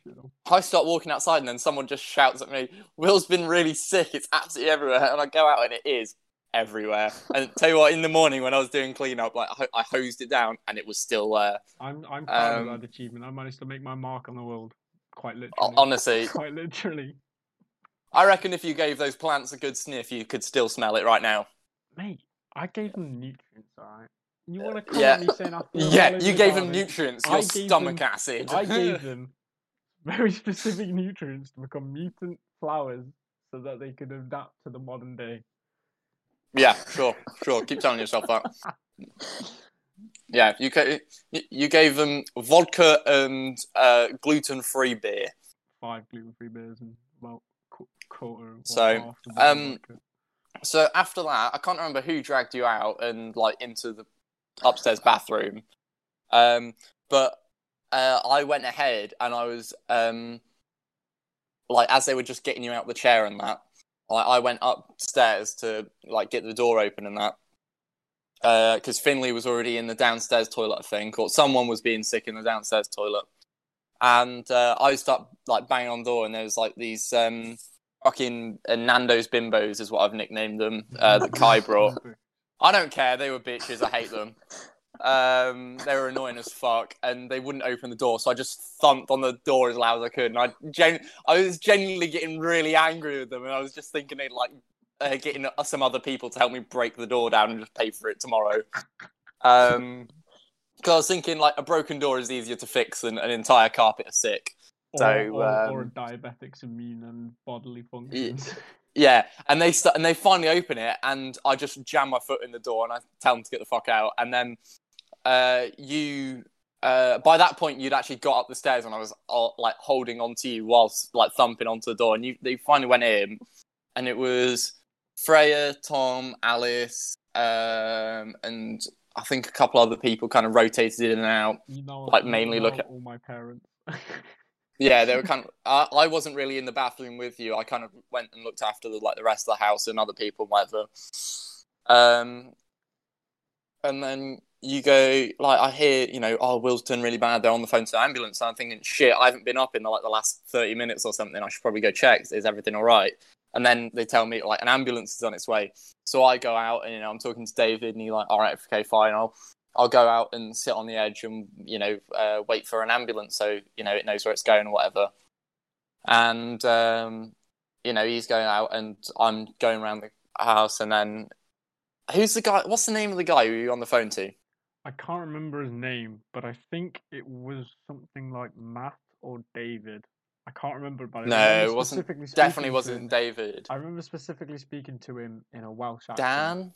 S3: I start walking outside, and then someone just shouts at me, Will's been really sick. It's absolutely everywhere. And I go out, and it is
S1: [laughs]
S3: everywhere. And tell you what, in the morning when I was doing cleanup, like I, ho- I hosed it down, and it was still there.
S1: I'm I'm proud
S3: Um,
S1: of that achievement. I managed to make my mark on the world, quite literally.
S3: O- Honestly,
S1: quite literally,
S3: I reckon if you gave those plants a good sniff, you could still smell it right now.
S1: mate. I gave them nutrients. All right. You want to come
S3: yeah.
S1: at me saying
S3: [laughs]
S1: after they're all
S3: Yeah,
S1: over
S3: you
S1: the
S3: gave them
S1: garden?
S3: nutrients,
S1: I
S3: your
S1: gave them-
S3: stomach acid.
S1: I
S3: [laughs]
S1: gave them very specific nutrients to become mutant flowers so that they could adapt to the modern day.
S3: yeah, sure, sure. Keep telling yourself
S1: [laughs]
S3: that. Yeah, you, ca- you- you gave them vodka and uh, gluten free beer.
S1: Five gluten-free beers and about qu- quarter. or
S3: So,
S1: half the bottle
S3: um,
S1: of vodka.
S3: So after that, I can't remember who dragged you out and like into the upstairs bathroom. Um, but uh, I went ahead and I was um, like, as they were just getting you out the chair and that, I, I went upstairs to like get the door open and that. Because Finley was already in the downstairs toilet, I think, or someone was being sick in the downstairs toilet, and uh, I start like banging on the door, and there was like these um, fucking uh, Nando's bimbos is what I've nicknamed them uh, that
S1: [laughs]
S3: Kai brought. I don't care. They were bitches. I hate them. Um, they were annoying as fuck, and they wouldn't open the door. So I just thumped on the door as loud as I could, and I gen- I was genuinely getting really angry with them, and I was just thinking of like uh, getting some other people to help me break the door down and just pay for it tomorrow. Um, because I was thinking like a broken door is easier to fix than an entire carpet of sick.
S1: Or,
S3: So,
S1: or, or a
S3: um,
S1: diabetic's immune and bodily
S3: [laughs]
S1: functions.
S3: Yeah, and they st- and they finally open it, and I just jam my foot in the door, and I tell them to get the fuck out. And then uh, you, uh, by that point, you'd actually got up the stairs, and I was uh, like holding onto you whilst like thumping onto the door, and you they finally went in, and it was Freya, Tom, Alice, um, and I think a couple other people kind of rotated in and out.
S1: You know,
S3: Like,
S1: you
S3: mainly look
S1: know
S3: at-
S1: all my parents. [laughs]
S3: Yeah, they were kind of. I, I wasn't really in the bathroom with you. I kind of went and looked after the, like the rest of the house and other people, whatever. Um, and then you go like I hear, you know, oh, Will's done really bad. They're on the phone to the ambulance. And I'm thinking, shit, I haven't been up in like the last thirty minutes or something. I should probably go check. Is everything all right? And then they tell me like an ambulance is on its way. So I go out and you know I'm talking to David and he's like, all right, okay, fine, I'll I'll go out and sit on the edge and you know uh, wait for an ambulance so you know it knows where it's going or whatever. And um, you know he's going out and I'm going around the house and then who's the guy? What's the name of the guy who you on the phone to?
S1: I can't remember his name, but I think it was something like Matt or David. I can't remember, but I
S3: No,
S1: remember
S3: it wasn't.
S1: specifically speaking
S3: Definitely
S1: to
S3: wasn't
S1: him.
S3: David.
S1: I remember specifically speaking to him in a Welsh accent.
S3: Dan.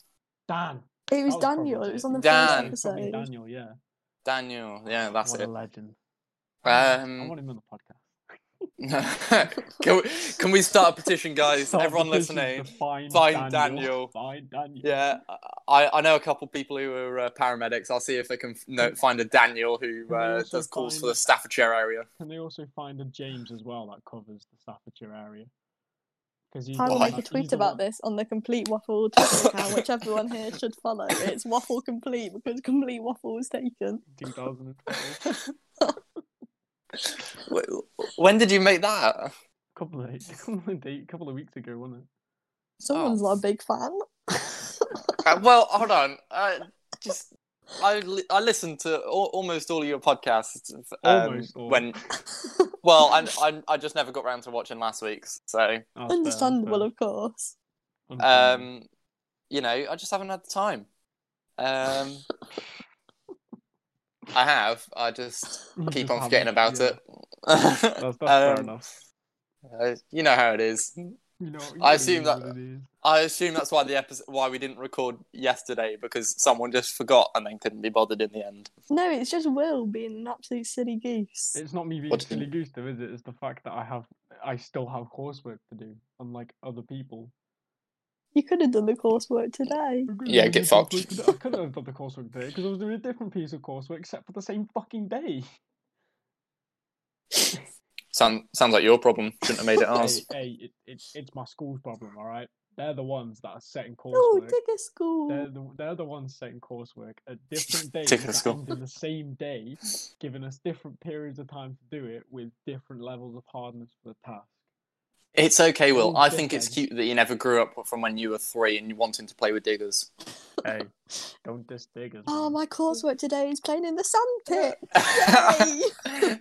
S1: Dan. That
S2: It was
S1: was
S2: Daniel.
S1: probably
S2: It was on the
S3: Dan.
S1: It's
S2: first
S1: probably
S2: episode.
S1: Daniel, yeah.
S3: Daniel. Yeah, that's
S1: what
S3: it.
S1: a legend. I
S3: Um,
S1: want him on the podcast. [laughs]
S3: [laughs] can, we, can we start a petition, guys?
S1: Start
S3: Everyone
S1: petitions to
S3: listening.
S1: Find,
S3: Find Daniel.
S1: Find Daniel.
S3: Yeah, I, I know a couple people who are uh, paramedics. I'll see if I can f- no, find a Daniel who
S1: Can we
S3: uh,
S1: also
S3: does calls for
S1: find-
S3: the Staffordshire area.
S1: Can they also find a James as well that covers the Staffordshire area? Because
S2: I will
S3: Why?
S2: make a tweet about this on the Complete Waffle Twitter account, which everyone here should follow. It's Waffle Complete because Complete Waffle was taken.
S1: 2012.
S3: W- when did you make that?
S1: couple of days, [laughs] couple of day, couple of weeks ago, wasn't it?
S2: Someone's not a
S1: [laughs]
S2: big fan.
S3: Uh, well, hold on. Uh, just I li- I listened to al- almost all of your podcasts. Um,
S1: Almost all.
S3: when well, I, I I just never got round to watching last week's. So
S1: Oh, fair,
S2: Understandable,
S1: fair.
S2: of course.
S1: Understandable.
S3: um, you know, I just haven't had the time. Um, I have. I just
S1: You
S3: keep
S1: just
S3: on forgetting about
S1: haven't- yeah.
S3: it.
S1: That's, that's fair
S3: Um,
S1: enough.
S3: uh, you know how it [laughs] is.
S1: You know,
S3: I
S1: it
S3: assume
S1: is
S3: that-
S1: what it is.
S3: I assume that's why the episode, why we didn't record yesterday because someone just forgot and then couldn't be bothered in the end.
S2: No, it's just Will being an absolute silly goose.
S1: It's not me being
S3: What do you
S1: silly goose, though, is it? It's the fact that I have, I still have coursework to do, unlike other people.
S2: You could have done the coursework today.
S1: I could've
S3: Yeah,
S1: done
S3: get
S1: the
S3: fucked.
S1: coursework today- I could [laughs] have done the coursework today because I was doing a different piece of coursework, except for the same fucking day.
S3: Sound, sounds like your problem. Shouldn't have
S1: [laughs]
S3: made it
S1: hey,
S3: ours.
S1: hey it, it, it's my school's problem, all right? They're the ones that are setting
S2: Oh,
S1: coursework.
S2: digger school.
S1: They're the, they're the ones setting coursework at
S3: [laughs]
S1: different days
S3: Tick a
S1: that
S3: school.
S1: end in the same day, giving us different periods of time to do it with different levels of hardness for the task.
S3: It's okay, Will.
S1: Oh,
S3: I think it's
S1: dickhead.
S3: cute that you never grew up from when you were three and you wanted to play with diggers.
S1: Hey, don't diss diggers.
S2: Oh,
S1: man.
S2: my coursework today is playing in the
S1: [laughs]
S2: sandpit. Yay!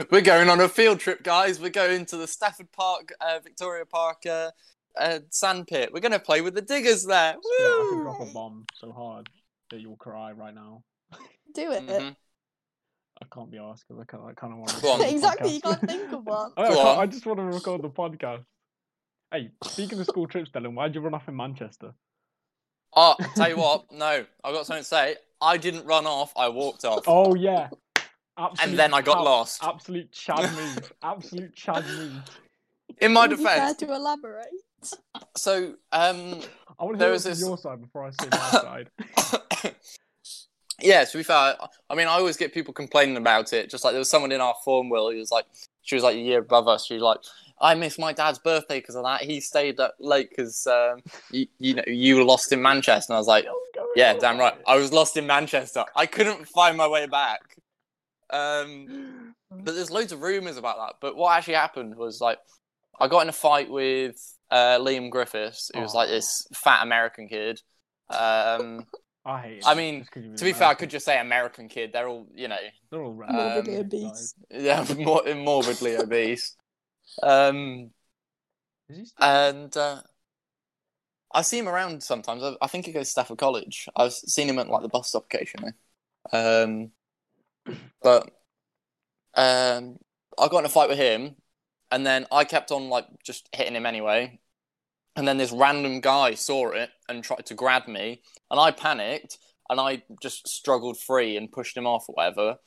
S2: [laughs]
S3: We're going on a field trip, guys. We're going to the Stafford Park, uh, Victoria Park uh, uh, sandpit. We're going to play with the diggers there.
S1: Spit, I could
S3: Woo!
S1: drop a bomb so hard that you'll cry right now.
S2: Do it.
S3: Mhm.
S1: I can't be asked because I kind of, kind of want
S3: Go on.
S1: to.
S2: Exactly, you can't think
S1: [laughs]
S2: of one.
S1: Oh, I, I,
S3: Go
S1: can't-
S3: on.
S1: I just want to record the podcast. Hey, speaking of school trips, Dylan, why'd you run off in
S3: [laughs]
S1: Manchester?
S3: Oh, tell you what, no, I've got something to say. I didn't run off, I walked off.
S1: Oh yeah, absolute
S3: and then I got
S1: chad-
S3: lost.
S1: Absolute Chad move. Absolute Chad move.
S3: In my
S2: Would you care
S3: defense,
S2: to elaborate?
S3: so um
S1: I want to hear
S3: There
S1: it
S3: was
S1: from
S3: this-
S1: your side before I
S3: [laughs]
S1: say my [laughs] side.
S3: [coughs] yeah, to be fair, I mean I always get people complaining about it. Just like there was someone in our form will who was like she was like a year above us, she was like I missed my dad's birthday because of that. He stayed up late because um, you, you know you were lost in Manchester. And I was like, yeah, damn right. I was lost in Manchester. I couldn't find my way back. Um, But there's loads of rumors about that. But what actually happened was like I got in a fight with uh, Liam Griffiths, who was like
S1: Oh.
S3: this fat American kid. Um,
S1: I hate it.
S3: I mean,
S1: just 'cause he was
S3: to be fair, I
S1: American.
S3: could just say American kid. They're all you know, [laughs]
S1: They're all
S3: Um,
S1: random.
S2: Morbidly
S1: guys.
S2: obese.
S3: yeah, mor- morbidly obese. Um,
S1: Is he still-
S3: and uh, I see him around sometimes. I, I think he goes to Stafford College. I've seen him at like the bus stop occasionally. Um, but um, I got in a fight with him, and then I kept on like just hitting him anyway. And then this random guy saw it and tried to grab me, and I panicked and I just struggled free and pushed him off or whatever.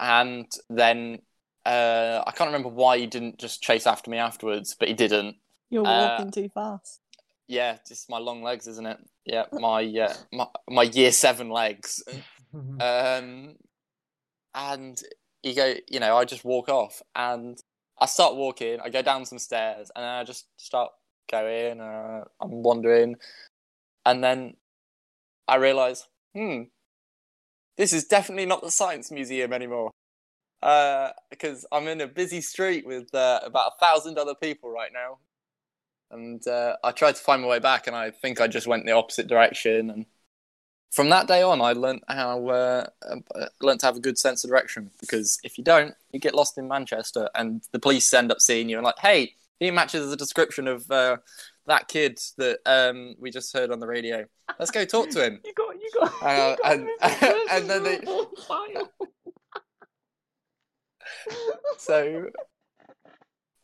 S3: And then uh, I can't remember why he didn't just chase after me afterwards, but he didn't.
S2: You're
S3: uh,
S2: walking too fast.
S3: Yeah, just my long legs, isn't it? Yeah, my uh, my, my year seven legs.
S1: [laughs]
S3: Um, and you go, you know, I just walk off, and I start walking. I go down some stairs, and then I just start going. Uh, I'm wandering, and then I realise, hmm, this is definitely not the science museum anymore. Uh, because I'm in a busy street with uh, about a thousand other people right now. And uh, I tried to find my way back, and I think I just went the opposite direction. And from that day on, I learnt how uh, uh, learnt to have a good sense of direction because if you don't, you get lost in Manchester, and the police end up seeing you and like, hey, he matches the description of uh, that kid that um, we just heard on the radio. Let's go talk to him.
S1: You got, you got, you
S3: Uh,
S1: got
S3: [laughs] and-
S1: this
S3: and then they-
S1: person's [laughs] file.
S3: So,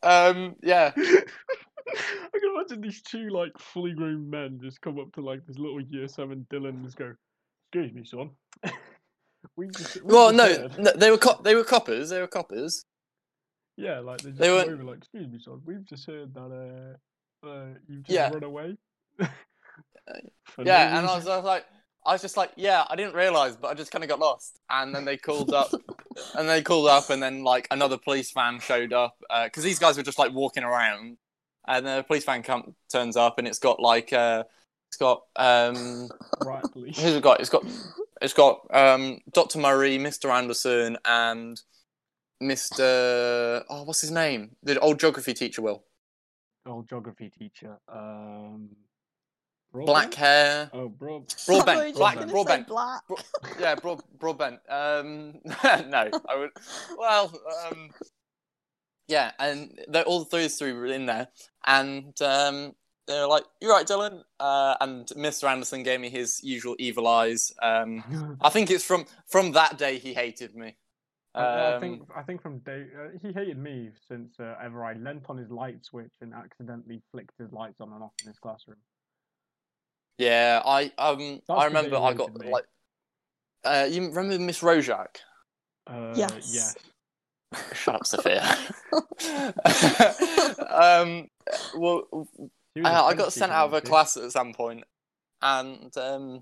S3: um, yeah,
S1: I can imagine these two like fully grown men just come up to like this little year seven Dylan and just go, "Excuse me, son." [laughs] we just, we
S3: well,
S1: just
S3: no,
S1: heard."
S3: no they were cop they were coppers. They were coppers.
S1: Yeah, like they just
S3: They
S1: come
S3: weren't-
S1: over like, "Excuse me, son. We've just heard that uh, uh you've just
S3: Yeah. Uh,
S1: run away." [laughs] For no
S3: Yeah, and
S1: reason.
S3: I was, I was like, I was just like, yeah, I didn't realise, but I just kind of got lost. And then they called [laughs] up, and they called up, and then like another police van showed up because these guys were just like walking around, and the police van come, turns up, and it's got like, uh, it's got um,
S1: [laughs]
S3: [laughs]
S1: rightfully.
S3: who's it got? It's got, it's got um, Dr. Murray, Mr. Anderson, and Mr. Oh, what's his name? The old geography teacher, Will.
S1: Old Oh, geography teacher. Um,
S3: Black
S1: Broadbent?
S3: hair,
S1: Oh, [laughs]
S3: [laughs]
S1: broad.
S3: broadbent, black,
S1: gonna
S3: broadbent.
S2: black.
S3: yeah, broad, broadbent. Um, [laughs] no, I would. Well, um, yeah, and they, all those three were in there, and um, they were like, "You're right, Dylan." Uh, and Mr. Anderson gave me his usual evil eyes. Um, I think it's from from that day he hated me. Um,
S1: I I think I think from day uh, he hated me since uh, ever I leant on his light switch and accidentally flicked his lights on and off in his classroom.
S3: yeah, I um,
S1: That's
S3: I
S1: the
S3: remember
S1: day he
S3: I got
S1: hated me.
S3: like, uh, you remember Miss Rojak?
S1: Uh,
S2: Yes.
S1: Yes.
S3: [laughs] Shut up, Sophia. [laughs] um, well,
S1: She was a
S3: Uh, I
S1: French
S3: got sent
S1: teacher,
S3: out of a
S1: wasn't she?
S3: class at some point, and um,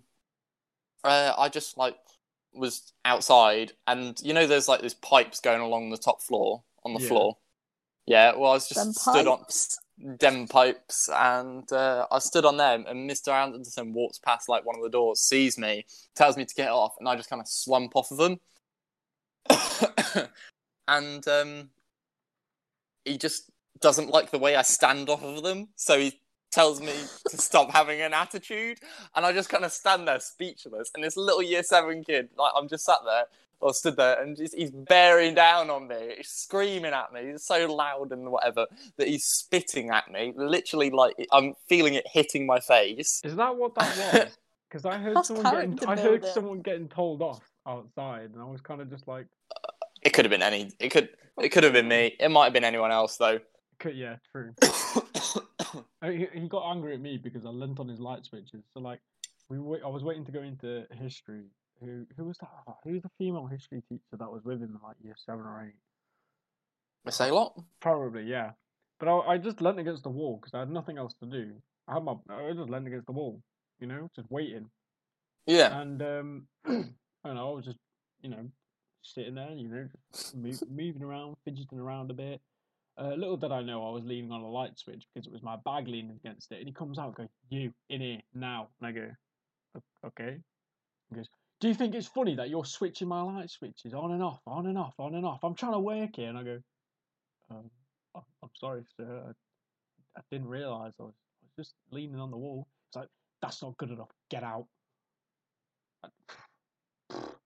S3: uh, I just like was outside, and you know, there's like these pipes going along the top floor on the
S1: Yeah.
S3: floor. Yeah, well, I was just
S2: Them
S3: stood
S2: pipes.
S3: on dem pipes, and uh, I stood on them, and Mr. Anderson walks past like one of the doors, sees me, tells me to get off, and I just kind of slump off of him, [coughs] and um, he just doesn't like the way I stand off of them, so he tells me to stop having an attitude, and I just kind of stand there speechless. And this little year seven kid, like I'm just sat there or stood there, and just, he's bearing down on me, he's screaming at me, he's so loud and whatever that he's spitting at me, literally like I'm feeling it hitting my face.
S1: Is that what that was? Because I heard
S2: That's
S1: someone getting
S2: character
S1: I heard
S2: building.
S1: someone getting told off outside, and I was kind of just like,
S3: It could have been any. It could. It could have been me. It might have been anyone else though.
S1: "C- yeah, true. I mean, he, he got angry at me because I leant on his light switches. So like, we wait, I was waiting to go into history. Who who was that? Oh, who was the female history teacher that was with him in like year seven or eight?
S3: Miss lot.
S1: Probably, yeah. But I, I just leant against the wall because I had nothing else to do. I had my, I just leant against the wall, you know, just waiting.
S3: Yeah.
S1: And um, [clears throat] I don't know, I was just, you know, sitting there, you know, just mo- moving around, fidgeting around a bit. Uh, little did I know I was leaning on a light switch because it was my bag leaning against it. And he comes out, and goes, "You in here now?" And I go, "O- "Okay." He goes, "Do you think it's funny that you're switching my light switches on and off, on and off, on and off? I'm trying to work here." And I go, um, I'm, I'm sorry, sir. I, I didn't realise I was, I was just leaning on the wall. It's like, that's not good enough. Get out.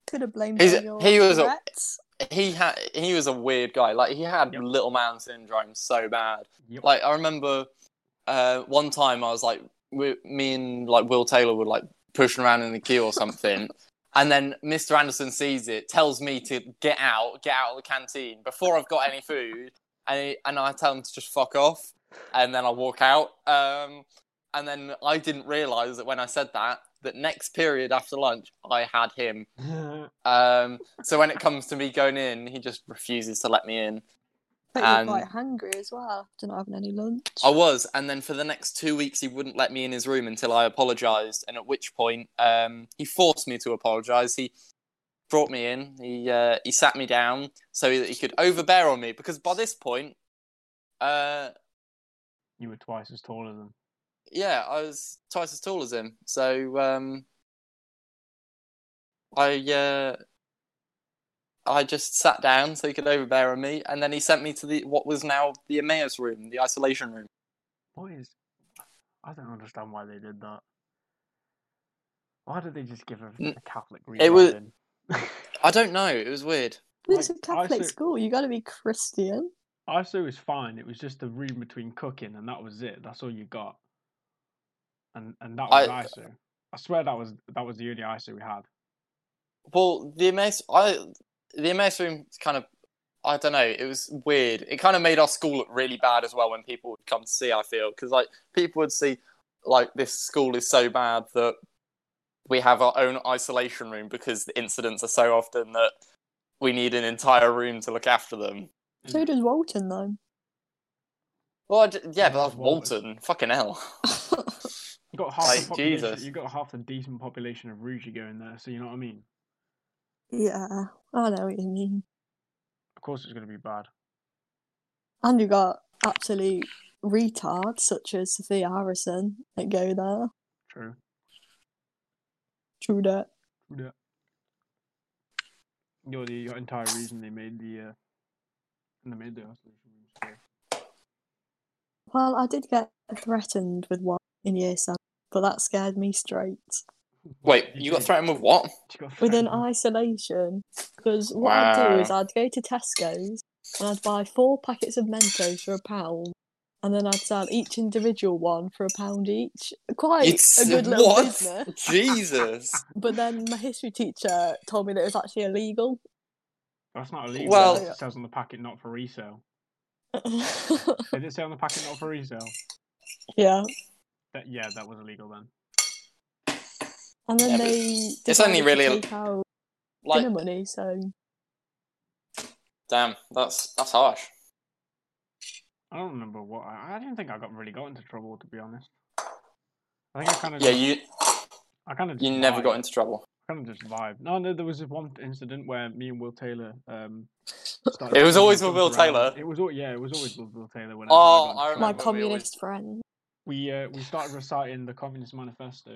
S2: Could have blamed
S3: He's-
S2: all your
S3: he was a-
S2: threats.
S3: He had. He was a weird guy. Like he had
S1: Yep.
S3: little man syndrome so bad.
S1: Yep.
S3: Like I remember, uh, one time I was like, we, me and like Will Taylor were like pushing around in the queue or something. And then Mr. Anderson sees it, tells me to get out, get out of the canteen before I've got any food, and, he, and I tell him to just fuck off, and then I walk out. Um, and then I didn't realise that when I said that, that next period after lunch, I had him. [laughs] Um, so when it comes to me going in, he just refuses to let me in.
S2: But
S3: and-
S2: you're quite hungry as well. After not having any lunch.
S3: I was, and then for the next two weeks, he wouldn't let me in his room until I apologised. And at which point, um, he forced me to apologise. He brought me in. He uh, he sat me down so that he could overbear on me because by this point, uh,
S1: you were twice as tall as him.
S3: yeah, I was twice as tall as him. So um, I uh, I just sat down so he could overbear on me, and then he sent me to the what was now the Emmaus room, the isolation room.
S1: What is I don't understand why they did that. Why did they just give a,
S3: N-
S1: a Catholic
S3: Mm. it was-
S1: [laughs] rewriting?
S3: I don't know. It was weird.
S2: It's
S1: Like,
S2: a Catholic
S1: ISO
S2: school. You got to be Christian.
S1: ISO is fine. It was just a room between cooking, and that was it. That's all you got. And and that was
S3: I-
S1: ISO. I swear that was that was the only ISO we had.
S3: Well, the MS, I, the MS room kind of, I don't know. It was weird. It kind of made our school look really bad as well when people would come to see. I feel because like people would see, like this school is so bad that we have our own isolation room because the incidents are so often that we need an entire room to look after them.
S1: Mm.
S2: So does Walton, though.
S3: Well, I d- yeah, but that's
S1: Walton.
S3: Walton. Fucking hell. [laughs]
S1: You got half
S3: Like,
S1: the population,
S3: Jesus.
S1: You got half the decent population of Ruji going there. So you know what I mean.
S2: yeah, I know what you mean.
S1: Of course, it's going to be bad.
S2: And you got absolute retards such as Sophia Harrison that go there.
S1: True.
S2: True that.
S1: Yeah. You're the your entire reason they made the uh, they made the isolation rooms. so-
S2: Well, I did get threatened with one in year seven, but that scared me straight.
S3: Wait, you got
S1: did.
S3: threatened with
S2: [laughs]
S3: what?
S1: You got
S2: Within
S1: threatened.
S2: isolation, because what I'd do
S3: Wow.
S2: is I'd go to Tesco's and I'd buy four packets of Mentos for a pound, and then I'd sell each individual one for a pound each. Quite
S3: It's-
S2: a
S3: [laughs]
S2: good little
S3: what?
S2: business. [laughs]
S3: Jesus.
S2: But then my history teacher told me that it was actually illegal. [laughs]
S1: That's not illegal.
S3: Well-
S1: it says on the packet not for resale. Did it say on the packet not for resale?
S2: yeah.
S1: That yeah, that was illegal then.
S2: And then
S3: Yeah, but
S2: they
S3: it's
S2: decided
S3: only
S2: to
S3: really-
S2: take out
S3: Like,
S2: dinner money, so
S3: damn, that's that's harsh.
S1: I don't remember what. I, I didn't think I got really got into trouble to be honest. I think I kind of
S3: Yeah, you
S1: I kind of
S3: you never got into trouble.
S1: kind of just vibe. No, no, there was this one incident where me and Will Taylor. Um, started
S3: It was
S1: throwing
S3: always with
S1: things
S3: Will Taylor.
S1: It was al- yeah, it was always with Will Taylor. Whenever
S3: Oh,
S1: got into
S3: I
S1: trouble.
S3: remember
S2: my
S3: we
S2: communist friend.
S1: We uh, we started reciting the Communist Manifesto,
S3: [laughs]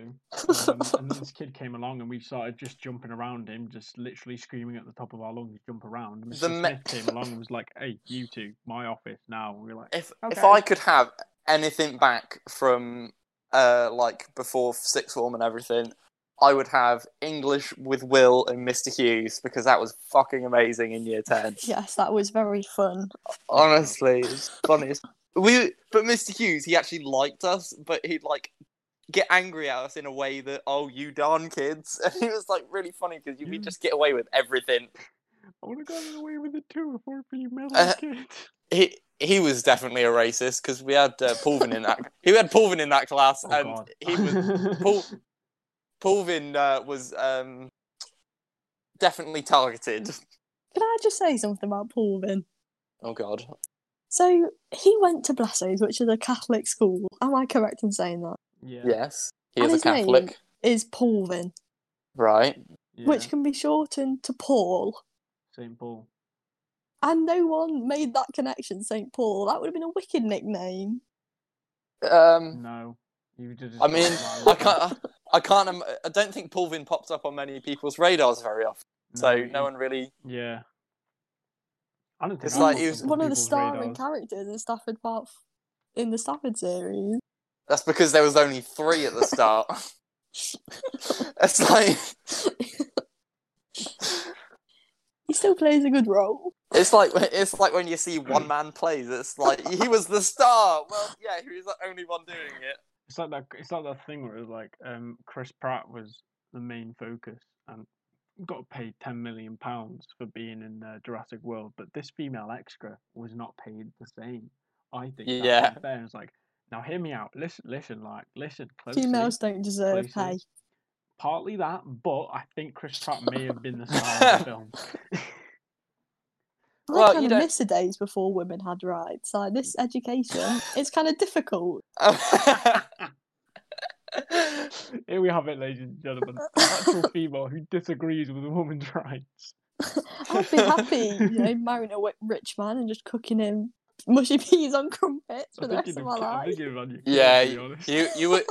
S1: um, and then this kid came along, and we started just jumping around him, just literally screaming at the top of our lungs, "Jump around!" And Mr.
S3: The me-
S1: Smith came along and was like, "Hey, you two, my office now." And we were like,
S3: If
S1: Okay.
S3: if I could have anything back from uh like before sixth form and everything, I would have English with Will and Mr. Hughes because that was fucking amazing in year ten. [laughs]
S2: Yes, that was very fun.
S3: Honestly, it's funniest. We but Mr. Hughes, he actually liked us, but he'd like get angry at us in a way that oh you darn kids, [laughs] and it was like really funny because you
S1: Yeah.
S3: could just get away with everything.
S1: "I would have gotten away with it too if it weren't for you meddling
S3: Uh, [laughs]
S1: kids."
S3: he he was definitely a racist because we had uh, Pulvin in that. He had Pulvin in that class,
S1: Oh,
S3: and
S1: God. [laughs]
S3: he was Pul, Pulvin uh, was um, definitely targeted.
S2: Can I just say something about Paulvin?
S3: Oh God,
S2: So he went to Blesso's, which is a Catholic school. Am I correct in saying that?
S1: yeah,
S3: yes, he
S2: And
S3: is a
S2: his name-
S3: Catholic,
S2: Is Paulvin,
S3: right?
S1: yeah.
S2: which can be shortened to Paul.
S1: Saint Paul.
S2: And no one made that connection, St. Paul. That would have been a wicked nickname.
S3: Um,
S1: No, you did.
S3: I mean, I can't. I can't. im- I don't think Pulvin pops up on many people's radars very often, so no one really.
S1: Yeah. I don't think
S3: It's
S1: I
S3: like
S1: popped
S3: he
S1: up
S3: was-
S1: on
S2: One of the
S1: people's
S2: starring
S1: radars.
S2: characters in Stafford Park in the Stafford series.
S3: That's because there was only three at
S1: [laughs]
S3: the start. [laughs] it's like
S2: He still plays a good role.
S3: It's like [laughs] it's like when you see one man plays. It's like he was the star. Well, yeah, he was the only one doing it.
S1: It's like that. It's like that thing where it was like um, Chris Pratt was the main focus and got paid ten million pounds for being in uh, Jurassic World, but this female extra was not paid the same. I think. that's
S3: Yeah.
S1: unfair. It's like now, hear me out. Listen, listen, like listen closely.
S2: Females don't deserve pay.
S1: Closely. Partly that, but I think Chris Pratt may have
S3: [laughs]
S1: been the star of the film.
S2: I
S3: Well,
S2: kind
S3: you
S2: of
S3: don't-
S2: miss the days before women had rights.
S1: [laughs]
S2: Like this education, it's kind of difficult.
S3: [laughs]
S1: Here we have it, ladies and gentlemen. An actual female who disagrees with a woman's [laughs] rights.
S2: [laughs] I'd be happy, you know,
S3: [laughs]
S2: marrying a wi- rich man and just cooking him mushy peas on crumpets for the rest of
S1: you've
S2: my
S1: ki- I
S2: life.
S1: think you've had your kid,
S3: yeah,
S1: to be
S3: you,
S1: honest.
S3: you would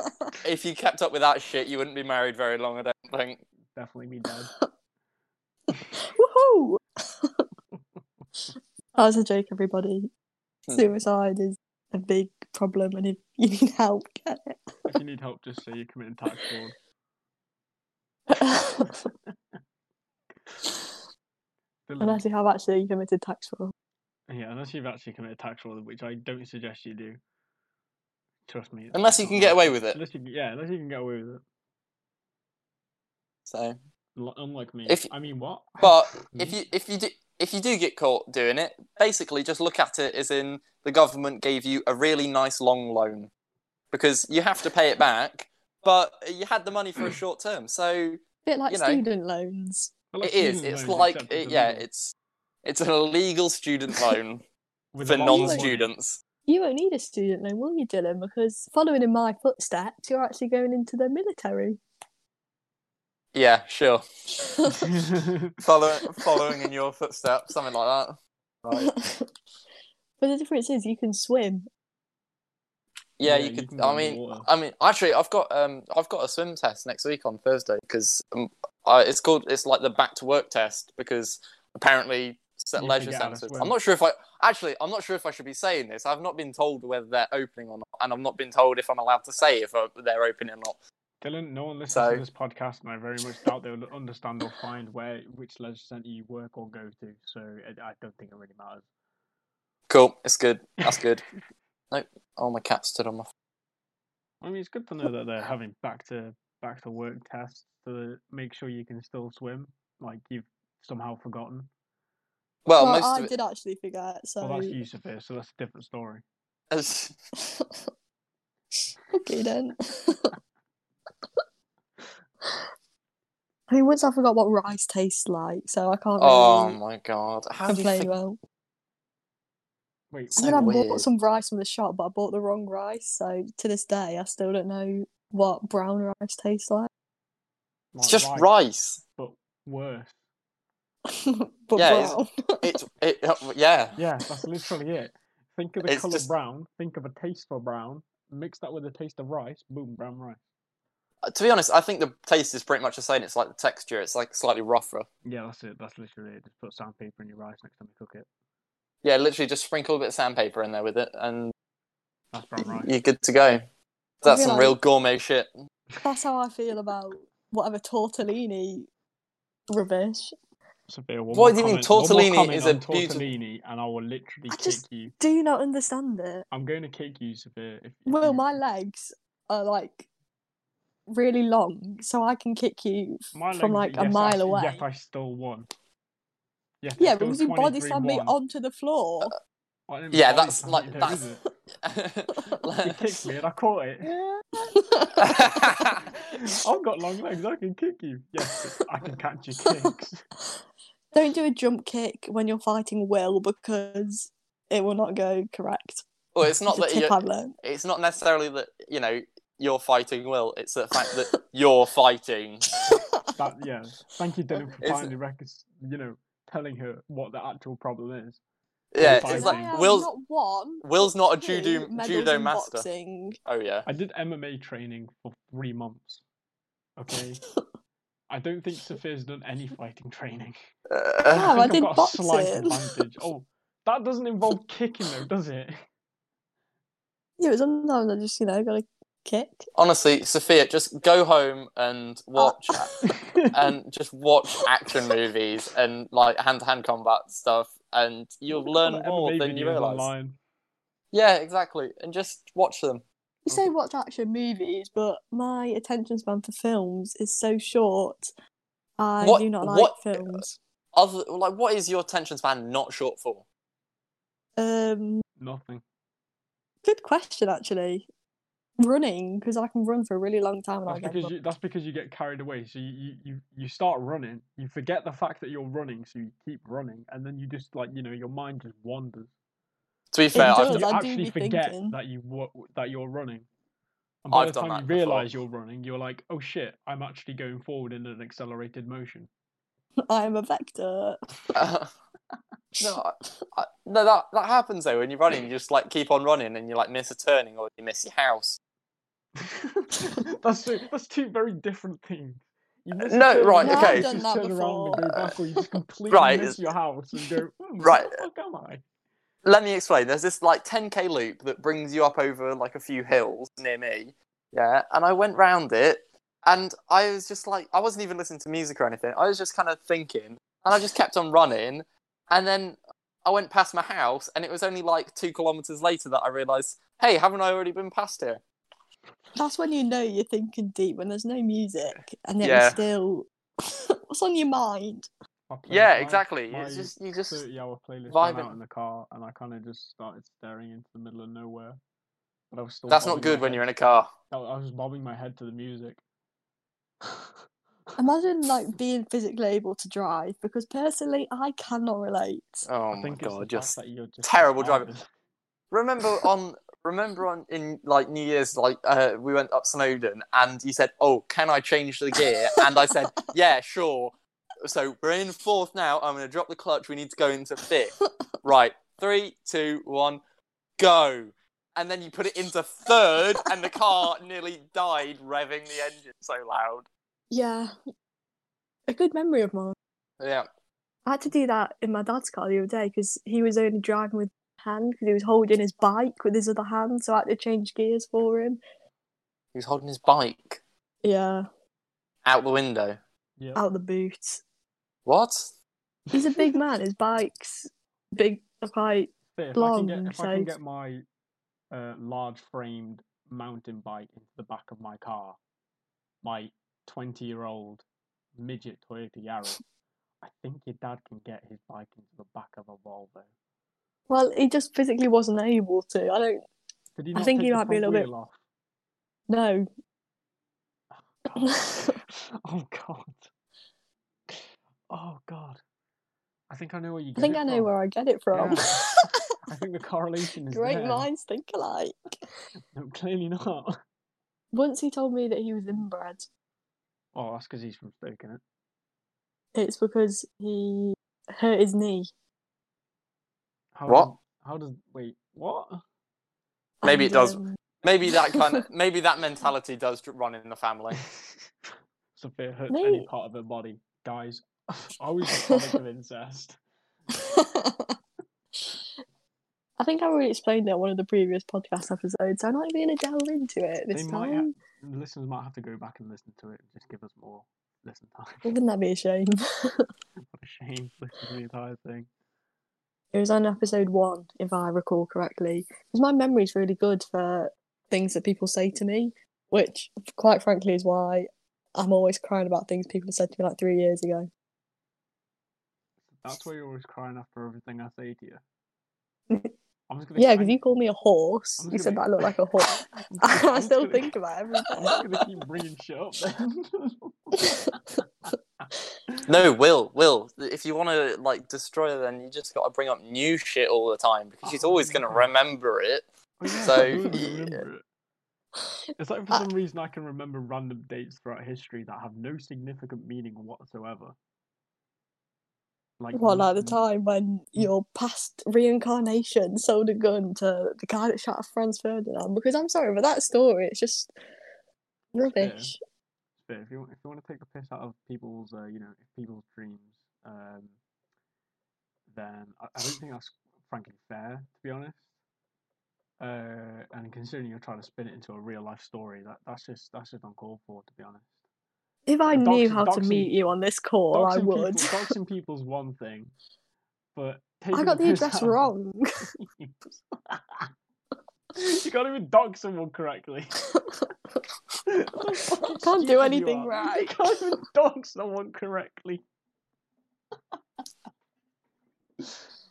S3: if you kept up with that shit, you wouldn't be married very long. I don't think.
S1: definitely me [laughs] dad.
S3: [laughs]
S2: Woohoo! that was a joke,
S3: Hmm.
S2: everybody. Suicide is a big problem, and if you need help, get it. [laughs]
S1: if you need help, just say you're committing tax fraud.
S3: Hmm.
S2: and
S1: Dylan,
S2: actually, have actually committed tax fraud.
S1: yeah, unless you've actually committed tax fraud, which I don't suggest you do. Trust me. it's
S3: Unless you
S1: not
S3: can get
S1: nice.
S3: away with it.
S1: Unless you, yeah, unless you can get away with it.
S3: So,
S1: L- Unlike me.
S3: If-
S1: I mean, what? [laughs] Hmm?
S3: but
S1: Me?
S3: if you if you do if you do get caught doing it, basically just look at it as in the government gave you a really nice long loan because you have to pay it back, but you had the money for a short term. So
S2: bit like
S3: You know.
S2: student loans.
S1: Well,
S3: it
S1: like
S3: is.
S1: student
S3: It's
S1: loans,
S3: like
S1: except
S3: it,
S1: a
S3: yeah,
S1: legal-
S3: it's it's an illegal student loan
S1: with
S3: for
S1: a lot of
S3: non-students.
S2: You won't need a student loan, will you, Dylan? Because following in my footsteps, you're actually going into the military.
S3: Yeah, sure.
S1: money.
S3: [laughs] Follow, following in your footsteps, something like that. [laughs] [laughs] Right.
S2: [laughs] but the difference is you can swim.
S3: Yeah,
S1: Yeah,
S3: you
S1: you
S3: could.
S1: can go
S3: I
S1: in the
S3: mean,
S1: water.
S3: I mean, actually, I've got um, I've got a swim test next week on Thursday because um, I, it's called it's like the back to work test because apparently set
S1: You
S3: leisure
S1: forget how to
S3: centres.
S1: swim.
S3: I'm not sure if I actually I'm not sure if I should be saying this. I've not been told whether they're opening or not, and I've not been told if I'm allowed to say if uh they're opening or not.
S1: [laughs] Dylan, no one listens
S3: So-
S1: to this podcast, and I very much doubt they'll understand or find where which leisure centre you work or go to. So I, I don't think it really matters.
S3: Cool, it's good. That's
S1: [laughs]
S3: good. nope. Oh, my cat stood on my.
S1: I mean, it's good to know that they're having back to back to work tests to make sure you can still swim, like you've somehow forgotten.
S3: Well,
S2: well,
S3: Oh, most
S2: I
S3: of it.
S2: did actually figure out. So
S1: Well, that's you, Sophia, so that's a different story.
S2: okay then. [laughs] I mean, once I forgot what rice tastes like, so I can't
S3: oh
S2: really
S3: my god! How do you
S2: complain
S3: think-
S2: well.
S1: Wait,
S3: So
S2: I mean, I
S3: weird.
S2: bought some rice from the shop, but I bought the wrong rice, so to this day, I still don't know what brown rice tastes like. [laughs]
S1: like
S3: It's just
S1: rice,
S3: rice.
S1: but worse.
S2: but
S3: Yeah, it's-
S2: brown.
S3: It's it, uh, yeah.
S1: Yeah, that's literally it. Think of the
S3: It's
S1: colour
S3: just-
S1: brown. Think of a taste for brown. Mix that with a taste of rice. Boom, brown rice.
S3: To be honest, I think the taste is pretty much the same. It's like the texture. It's like slightly rougher.
S1: Yeah, that's it. That's literally it. Just put sandpaper in your rice next time you cook it.
S3: Yeah, literally just sprinkle a bit of sandpaper in there with it, and
S1: That's brown rice.
S3: you're good to go. That's some
S2: realise-
S3: real
S1: [laughs]
S3: gourmet shit. [laughs]
S2: [laughs] That's how I feel about whatever tortellini rubbish.
S1: Sophia, one
S3: What
S1: more
S3: do you mean
S1: comment- one more
S3: tortellini
S1: comment
S3: is
S1: on
S3: a beautiful-
S1: tortellini, and I will literally
S2: I
S1: kick
S2: just-
S1: you.
S2: Do you not understand it?
S1: I'm going to kick you, Sophia. If, if
S2: Well,
S1: you-
S2: my legs are like really long, so I can kick you f-
S1: my
S2: from like
S1: legs-
S2: a
S1: yes, I
S2: mile
S1: s-
S2: away.
S1: Yet I still won. Yet I
S2: yeah,
S1: still
S2: because you body slammed me
S1: 23-1.
S2: onto the floor.
S1: I didn't
S3: Yeah,
S1: body
S3: that's
S1: slam
S3: like-
S1: you, though,
S3: that's-
S1: is it? You kicked
S3: I've
S1: me and I caught it. I've got long legs. I can kick you. Yes, I can catch your kicks.
S2: Don't do a jump kick when you're fighting Will because it will not go correct.
S3: [laughs] Well, it's
S2: It's
S3: not
S2: a
S3: that
S2: tip
S3: you.
S1: [laughs]
S2: I've learned.
S3: It's not necessarily that you know you're fighting Will. It's the fact that you're fighting.
S1: That yeah. Thank you, Dylan, for
S3: It's-
S1: finally rec- you know telling her what the actual problem is.
S3: Yeah,
S1: Fighting.
S3: it's
S2: I
S3: like
S2: am
S3: Will's.
S2: not one.
S3: Will's not a
S2: two
S3: judo
S2: medals
S3: judo
S2: in
S3: master.
S2: boxing.
S3: Oh yeah.
S1: I did MMA training for three months.
S3: [laughs]
S1: Okay. I don't think Sophia's done any fighting training.
S2: Yeah,
S1: [laughs] I
S2: I
S1: think
S2: did
S1: I've got a slight
S2: boxing.
S1: advantage. Oh, that doesn't involve kicking though, does it?
S2: Yeah, but sometimes I just, you know, got a kick.
S3: Honestly, Sophia, just go home and watch
S2: Ah. [laughs]
S1: That's
S3: and just watch action movies and like hand-to-hand combat stuff, and you'll learn more than you realize.
S1: Online.
S3: Yeah, exactly. And just watch them.
S2: You say watch action movies, but my attention span for films is so short. I
S3: What-
S2: do not like
S3: what-
S2: films.
S3: Other like, what is your attention span not short for?
S2: Um,
S1: Nothing.
S2: good question, actually. Running because I can run for a really long time and I
S1: That's
S2: get
S1: because you, that's because you get carried away. So you, you, you, you start running, you forget the fact that you're running, so you keep running, and then you just like you know your mind just wanders.
S3: To be fair,
S2: does.
S3: I've,
S1: you
S2: I do
S1: actually
S2: be
S1: forget
S2: thinking.
S1: that you wa- that you're running. And by
S3: I've
S1: the
S3: done
S1: time you
S3: that before.
S1: realise you're running, you're like, oh shit, I'm actually going forward in an accelerated motion. [laughs]
S2: [laughs] I am a vector.
S3: [laughs] no, I, I, no, that that happens though. When you're running, you just like keep on running, and you like miss a turning or you miss your house.
S1: that's two, that's two very different things. You miss a
S3: No,
S1: turn
S3: right,
S1: around,
S3: okay.
S1: you
S2: No, I've done
S1: just
S2: that
S1: turn around and go back, or you
S3: [laughs]
S1: just completely
S3: Right,
S1: miss
S3: it's-
S1: your house and go, "Hmm, where
S3: Right.
S1: the fuck am I?
S3: let me explain. There's this like 10k loop that brings you up over like a few hills near me. Yeah, and I went round it, and I was just like, I wasn't even listening to music or anything. I was just kind of thinking, and I just kept on running, and then I went past my house, and it was only like two kilometers later that I realised, hey, haven't I already been past here?
S2: That's when you know you're thinking deep when there's no music and yet
S3: Yeah.
S2: you're still. [laughs] What's on your mind?
S1: My play-
S3: Yeah,
S1: my-
S3: exactly.
S1: My
S3: It's just you just
S1: thirty-hour playlist ran
S3: vibing.
S1: out in the car, and I kind of just started staring into the middle of nowhere. But I was still.
S3: that's not
S1: bobbing
S3: good
S1: my
S3: when
S1: head-
S3: you're in a car.
S1: I I was bobbing my head to the music. [laughs]
S2: Imagine like being physically able to drive because personally I cannot relate.
S3: Oh
S1: I
S3: my
S1: think it's the
S3: god,
S1: fact
S3: just
S1: that you're just
S3: terrible
S1: retarded.
S3: remember on remember on in like New Year's like uh, we went up Snowdon and you said, "Oh, can I change the gear?" and I said, [laughs] "Yeah, sure." So we're in fourth now. I'm going to drop the clutch. We need to go into [laughs] fifth. right, three, two, one, go. And then you put it into third, and the car nearly died revving the engine so loud.
S2: Yeah. A good memory of mine.
S3: Yeah,
S2: I had to do that in my dad's car the other day because he was only driving with one hand because he was holding his bike with his other hand, so I had to change gears for him.
S3: he was holding his bike
S2: Yeah,
S3: out the window.
S1: Yeah.
S2: out the boot.
S3: What?
S1: [laughs]
S2: Oh, He's a big man. His bike's big, quite.
S1: But if I can
S2: long,
S1: get if I can
S2: so-
S1: get my uh, large framed mountain bike into the back of my car, my twenty year old midget Toyota Yaris, I think your dad can get his bike into the back of a Volvo.
S2: Well, he just physically wasn't able to. I don't
S1: Did he
S2: I
S1: not
S2: think
S1: take
S2: he
S1: the
S2: might be a
S1: front
S2: little bit-
S1: wheel off?
S2: know. [laughs]
S1: oh god. Oh god. I think I know where you
S2: I
S1: get
S2: think
S1: it
S2: I know
S1: from.
S2: where I get it from. [laughs]
S1: Yeah. I think the correlation is
S2: Great
S1: there.
S2: minds think alike.
S1: No, clearly not. [laughs]
S2: Once he told me that he was inbred,
S1: Oh, that's because he's from Stoke, innit?
S2: it's because he hurt his knee.
S1: How
S3: What?
S1: does- how does wait? What?
S3: Maybe it does.
S2: um,
S3: Maybe that kind of maybe that mentality does run in
S2: [laughs]
S3: the family.
S1: so if it hurts any
S2: Mate.
S1: part of her body, guys, [laughs] I was a product
S2: [laughs]
S1: of incest.
S2: I think I already explained it on one of the previous podcast episodes. so I'm not even going to delve into it this
S1: They might have-
S2: time.
S1: The listeners might have to go back and listen to it and just give us more listen time. [laughs] what
S2: Wouldn't that be a shame? [laughs]
S1: a shame listening to the entire thing.
S2: It was on episode one, if I recall correctly. Because my memory's really good for things that people say to me, which, quite frankly, is why I'm always crying about things people said to me like three years ago.
S1: That's why you're always crying after everything I say to you. I'm just gonna
S2: Yeah,
S1: keep-
S2: because you called me a horse.
S1: I'm
S2: You
S1: just
S2: said that
S1: gonna-
S2: I look like a horse.
S1: [laughs] I'm just- I'm
S2: [laughs] I
S1: just
S2: still
S1: gonna-
S2: think about it
S1: I'm
S2: every
S1: just
S2: day.
S1: gonna keep bringing shit up.
S2: [laughs]
S1: Then. [laughs]
S3: No, Will, Will. If you want to like destroy her, then you just got to bring up new shit all the time because she's
S1: Oh,
S3: always going to
S1: yeah.
S3: remember it.
S1: Oh, yeah,
S3: So,
S1: I do
S3: yeah.
S1: remember it. It's like for
S2: I-
S1: some reason I can remember random dates throughout history that have no significant meaning whatsoever. Like
S2: Well, like the
S1: n-
S2: time when
S1: Hmm.
S2: your past reincarnation sold a gun to the guy that shot Franz Ferdinand. Because I'm sorry, but that story, it's just rubbish.
S1: But if you want, if you want to take the piss out of people's, uh, you know, people's dreams, um, then I, I don't think that's frankly fair, to be honest. Uh, and considering you're trying to spin it into a real life story, that that's just that's just uncalled for, to be honest.
S2: If I
S1: Doxing-
S2: knew how to
S1: doxing-
S2: meet you on this call, I
S1: Doxing
S2: would.
S1: People, doxing people's one thing, but taking
S2: [laughs] I got the
S1: piss out
S2: address
S1: of
S2: wrong.
S1: you can't even dox someone
S2: [laughs]
S1: correctly. Can't
S2: Can't do anything
S1: You
S2: right.
S1: can't even dox someone correctly.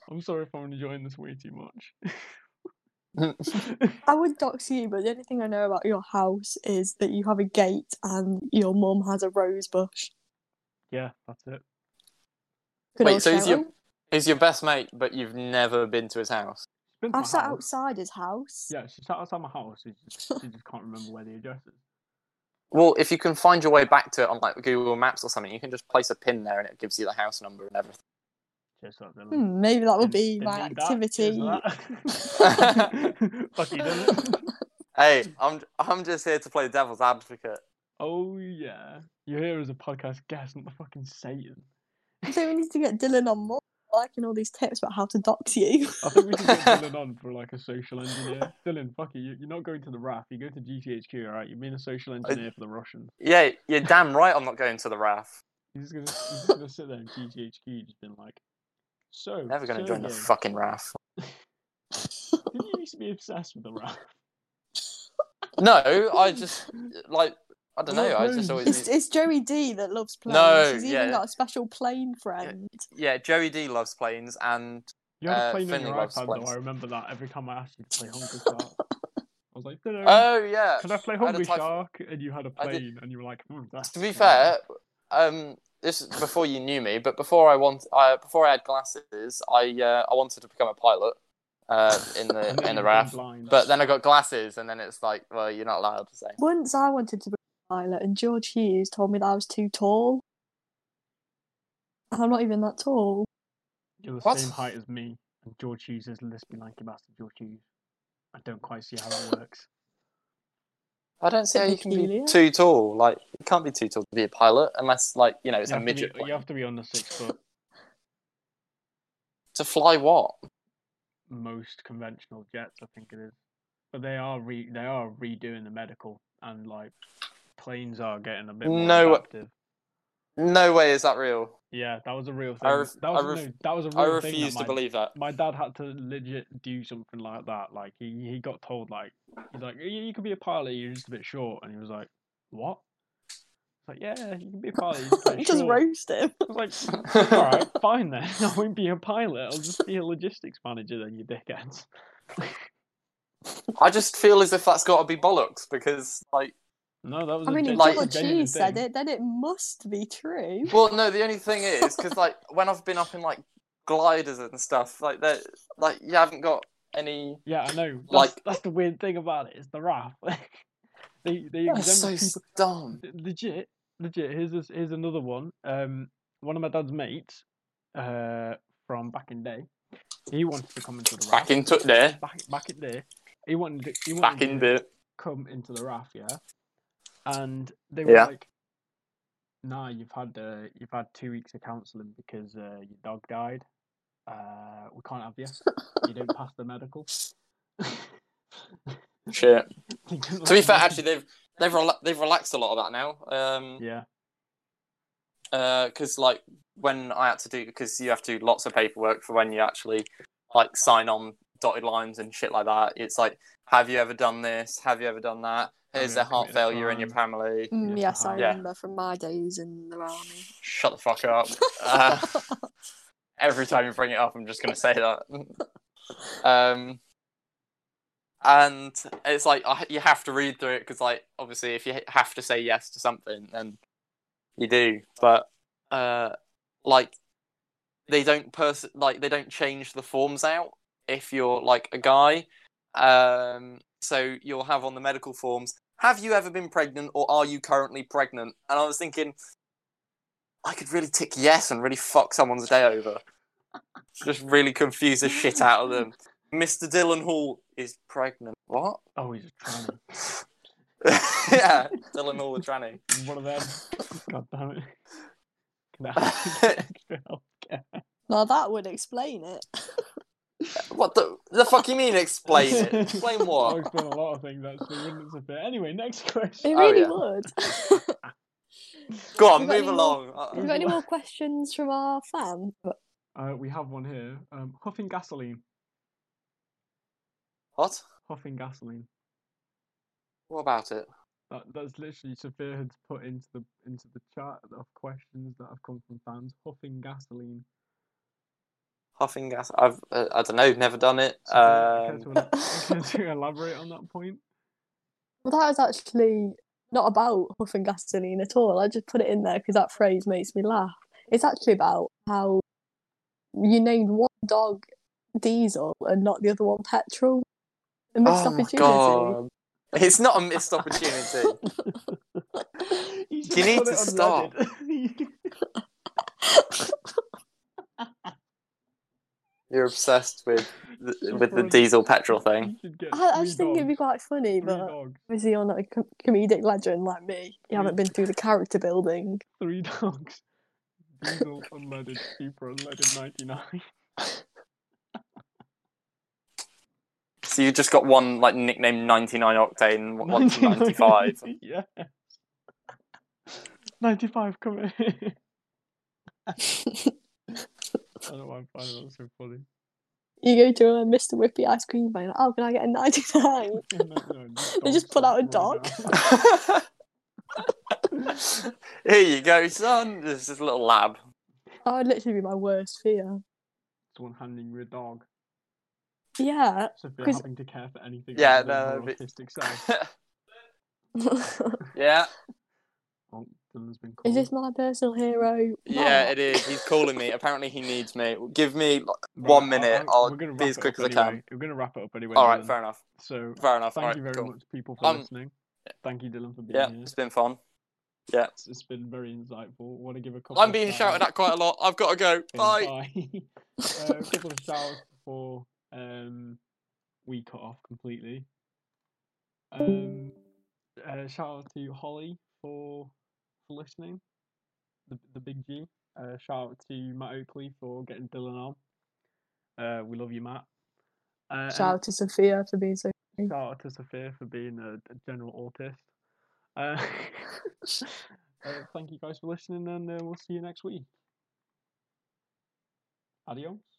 S1: I'm sorry if I'm enjoying this way too
S2: [laughs]
S1: much. [laughs]
S2: I would dox you, but the only thing I know about your house is that you have a gate and your mum has a rose bush.
S1: yeah, that's it.
S2: Good
S3: Wait,
S2: old
S3: so is your-
S2: Cheryl.
S3: He's your best mate, but you've never been to his house.
S1: Been to
S2: I've
S1: my
S2: sat
S1: house.
S2: outside his house.
S1: Yeah, she sat outside my house. She just, she just can't remember where the address is.
S3: Well, if you can find your way back to it on like Google Maps or something, you can just place a pin there and it gives you the house number and everything.
S1: Cheers for that, Dylan.
S2: Hmm, maybe that will
S1: Didn't-
S2: be
S1: didn't
S2: my
S1: need that. Cheers
S2: activity.
S1: for that.
S2: [laughs]
S1: [laughs] Fuck you, didn't it?
S3: Hey, I'm I'm just here to play devil's advocate.
S1: Oh yeah, you're here as a podcast guest, not the fucking Satan.
S2: So we need to get Dylan on more. liking all these tips about how to dox you.
S1: I think we should
S3: [laughs]
S1: get Dylan on for like a social engineer. Dylan, fuck it, you, you're not going to the RAF. You go to GTHQ, all right? You're being a social engineer for the Russians.
S3: Yeah, you're damn right. I'm not going to the RAF.
S1: He's just gonna, he's just gonna sit there in GTHQ, just been like, so
S3: Never going to join the
S1: Sergey,
S3: fucking RAF.
S1: Did you used to be obsessed with the RAF?
S3: No, I just like I don't know. I
S1: Maroons.
S3: just
S2: [laughs]
S3: always
S2: It's, it's Joey D that loves planes.
S3: No,
S2: He's
S3: yeah.
S2: even got a special plane friend.
S3: yeah. Joey D loves planes, and
S1: You had
S3: Uh,
S1: a plane on
S3: Finley
S1: your
S3: loves
S1: iPad,
S3: planes.
S1: though. I remember that every time I asked you
S3: [laughs]
S1: to play Hungry Shark. I was like, "Dylan,
S3: oh yeah.
S1: Um, can I play
S3: I had a
S1: Hungry
S3: typh-
S1: Shark? And you had a
S3: I did-
S1: plane, and you were like, hmm, that's
S3: To be
S1: nice."
S3: fair, um, this is before you knew me, but before I want, I, before I had glasses, I uh, I wanted to become a pilot uh,
S1: And
S3: in the
S1: then [laughs]
S3: in the
S1: you've
S3: RAF.
S1: gone blind.
S3: But then I got glasses, and then it's like, well, you're not allowed to say.
S2: Once I wanted to be a pilot, and George Hughes told me that I was too tall. And I'm not even that tall. [laughs]
S1: You're the
S3: What?
S1: same height as me, and George Hughes is lispy like a bastard George Hughes. I don't quite see how that works.
S3: I don't see
S2: Bit
S3: how you can be
S2: peculiar.
S3: too tall. Like, you can't be too tall to be a pilot unless, like, you know, [laughs] it's
S1: you,
S3: a
S1: have to be-
S3: midget.
S1: you
S3: plane.
S1: have to be under six foot.
S3: To fly what?
S1: Most conventional jets, I think it is. But they are re- they are redoing the medical, and like planes are getting a bit more
S3: No.
S1: adaptive.
S3: No way is that real.
S1: Yeah, that was a real thing.
S3: I ref-
S1: that
S3: I
S1: was
S3: ref-
S1: no, that was a real
S3: I
S1: thing. that
S3: refuse to
S1: my-
S3: believe that.
S1: my dad had to legit do something like that. Like he, he got told like he's like you, you could be a pilot, you're just a bit short, and he was like, what? It's like yeah, you can be a pilot. You're
S2: [laughs]
S1: just, a bit
S2: Just
S1: short."
S2: roast him.
S1: I was like, all right, fine then. [laughs] I won't be a pilot. I'll just be a logistics manager then, you dickheads.
S3: [laughs] I just feel as if that's got to be bollocks because, like,
S1: No, that was.
S2: I mean,
S1: a
S2: if
S1: gen-
S3: like-
S2: George
S1: genuine
S2: Hughes said
S1: thing.
S2: it, then it must be true.
S3: well, no, the only thing is because, like, when I've been up in like gliders and stuff, like that, like you haven't got any.
S1: Yeah, I know. That's,
S3: Like-
S1: that's the weird thing about it. It's the RAF. [laughs] they they
S3: That's so
S1: exempt people.
S3: dumb.
S1: Th- legit, legit. Here's this, here's another one. Um, one of my dad's mates, uh, from back in day, he wanted to come into the RAF.
S3: Back in took there.
S1: back, back in day, he wanted to, he wanted
S3: Back in
S1: to
S3: bit.
S1: come into the RAF, yeah. And they were
S3: Yeah.
S1: like, "Nah, you've had uh, you've had two weeks of counselling because uh, your dog died. Uh, we can't have you. You don't pass the medical." [laughs]
S3: Shit.
S1: Thinking
S3: To be
S1: like,
S3: fair,
S1: "What?"
S3: actually, they've they've rela- they've relaxed a lot of that now. Um,
S1: yeah,
S3: because like when I had to do because you have to do lots of paperwork for when you actually like sign on dotted lines and shit like that. It's like, have you ever done this? Have you ever done that?
S1: Have
S3: Here's
S1: you
S3: their
S1: ever
S3: heart
S1: committed a
S3: failure in your
S1: crime?
S3: family.
S2: Mm,
S1: Yeah,
S2: yes, I
S3: yeah.
S2: remember from my days in the army.
S3: Shut the fuck [laughs] up. Uh, every time you bring it up, I'm just gonna say that. [laughs] um, and it's like I, you have to read through it because, like, obviously, if you have to say yes to something, then you do. But uh, like, they don't pers- like they don't change the forms out if you're like a guy. Um, so you'll have on the medical forms: Have you ever been pregnant, or are you currently pregnant? And I was thinking. I could really tick yes and really fuck someone's day over. Just really confuse the shit out of them. Mr. Dylan Hall is pregnant. What? [laughs]
S1: oh, he's a tranny.
S3: yeah, Dylan Hall the tranny.
S1: One of them. [laughs] God damn
S3: [laughs]
S1: it. Can [laughs] I have some extra help?
S2: [laughs] Now that would explain it.
S3: What the, the fuck you mean explain it?
S1: [laughs]
S3: Explain
S1: I'll
S3: what?
S1: explain a lot of things actually, wouldn't it? Sophia? Anyway, next [laughs] question.
S2: It
S3: Oh,
S2: really
S3: yeah. [laughs]
S2: would.
S3: Go
S2: Have you got
S3: on, move
S2: any
S3: along.
S2: Have you
S3: Uh,
S2: got any more questions from our [laughs] fan?
S1: Uh, we have one here. Um, huffing gasoline.
S3: What?
S1: Huffing gasoline.
S3: What about it?
S1: That, that's literally Sophia had put into the into the chat of questions that have come from fans. Huffing gasoline.
S3: Huffing gas? I've, uh, I don't know, never done it.
S1: Sophia,
S3: Um,
S1: care to, [laughs] care to elaborate on that
S3: [laughs]
S1: point?
S2: Well, that was actually not about huff and gasoline at all. I just put it in there because that phrase makes me laugh. It's actually about how you named one dog diesel and not the other one petrol. A missed
S3: oh my
S2: opportunity.
S3: god. It's not a
S1: [laughs]
S3: missed opportunity.
S1: You, should
S3: You need
S1: put
S3: to
S1: it on
S3: stop.
S1: [laughs] Reddit.
S3: You're obsessed with the, with the
S1: Brilliant.
S3: diesel petrol thing.
S1: You should get
S2: I, I
S1: three
S2: just think it'd be
S1: dogs,
S2: quite funny,
S1: three
S2: but
S1: dogs,
S2: obviously you're not a com- comedic legend like me. You haven't been through the character building.
S1: three [laughs] dogs. diesel unleaded, super unleaded 99.
S3: So you just got one like nickname 99
S1: [laughs]
S3: octane, one- one to 95.
S1: 1990, yeah. 95, come in. I don't know why I'm finding that so funny. [laughs]
S2: You go to a Mr. Whippy ice cream van. Oh, can I get a ninety-nine? They just put out a dog. [laughs]
S3: Here you go, son. This is a little lab.
S2: That would literally be my worst fear.
S1: Someone handing you a dog.
S2: Yeah.
S1: So if you're
S2: 'Cause-
S1: having to care for anything,
S3: Yeah,
S1: other than
S3: no,
S1: your
S3: but-
S1: autistic self.
S2: Is
S3: [laughs] yeah,
S1: Oh, Dylan's been
S2: [laughs]
S1: called.
S2: this my personal hero?
S3: yeah,
S2: Mark?
S3: it is. He's calling me. Apparently, he needs me. Give me.
S1: Oh. Right,
S3: one
S1: I-
S3: minute,
S1: I-
S3: I'll
S1: we're gonna
S3: be
S1: wrap
S3: as
S1: it
S3: quick
S1: up
S3: as I can.
S1: anyway. We're going to wrap it up anyway.
S3: All right,
S1: Dylan.
S3: fair enough.
S1: So
S3: Fair enough.
S1: thank
S3: All right,
S1: you very
S3: cool.
S1: much, people, for
S3: Um,
S1: listening. Thank you, Dylan, for being
S3: Yeah,
S1: here.
S3: it's been fun.
S1: It's- it's been very insightful. Want to give a couple.
S3: I'm
S1: of
S3: being
S1: shout-outs.
S3: shouted at quite a lot. I've got to go. Bye.
S1: Okay, bye. [laughs] uh, a couple of shouts before um, we cut off completely. Um, uh, shout out to Holly for, for listening, the, the big G. Uh, shout out to Matt Oakley for getting Dylan on. Uh, we love you, Matt. Uh, and
S2: [laughs] Shout out to Sophia for being so.
S1: shout out to Sophia for being a, a general autist. Uh, [laughs] uh, thank you guys for listening, and uh, we'll see you next week. Adios.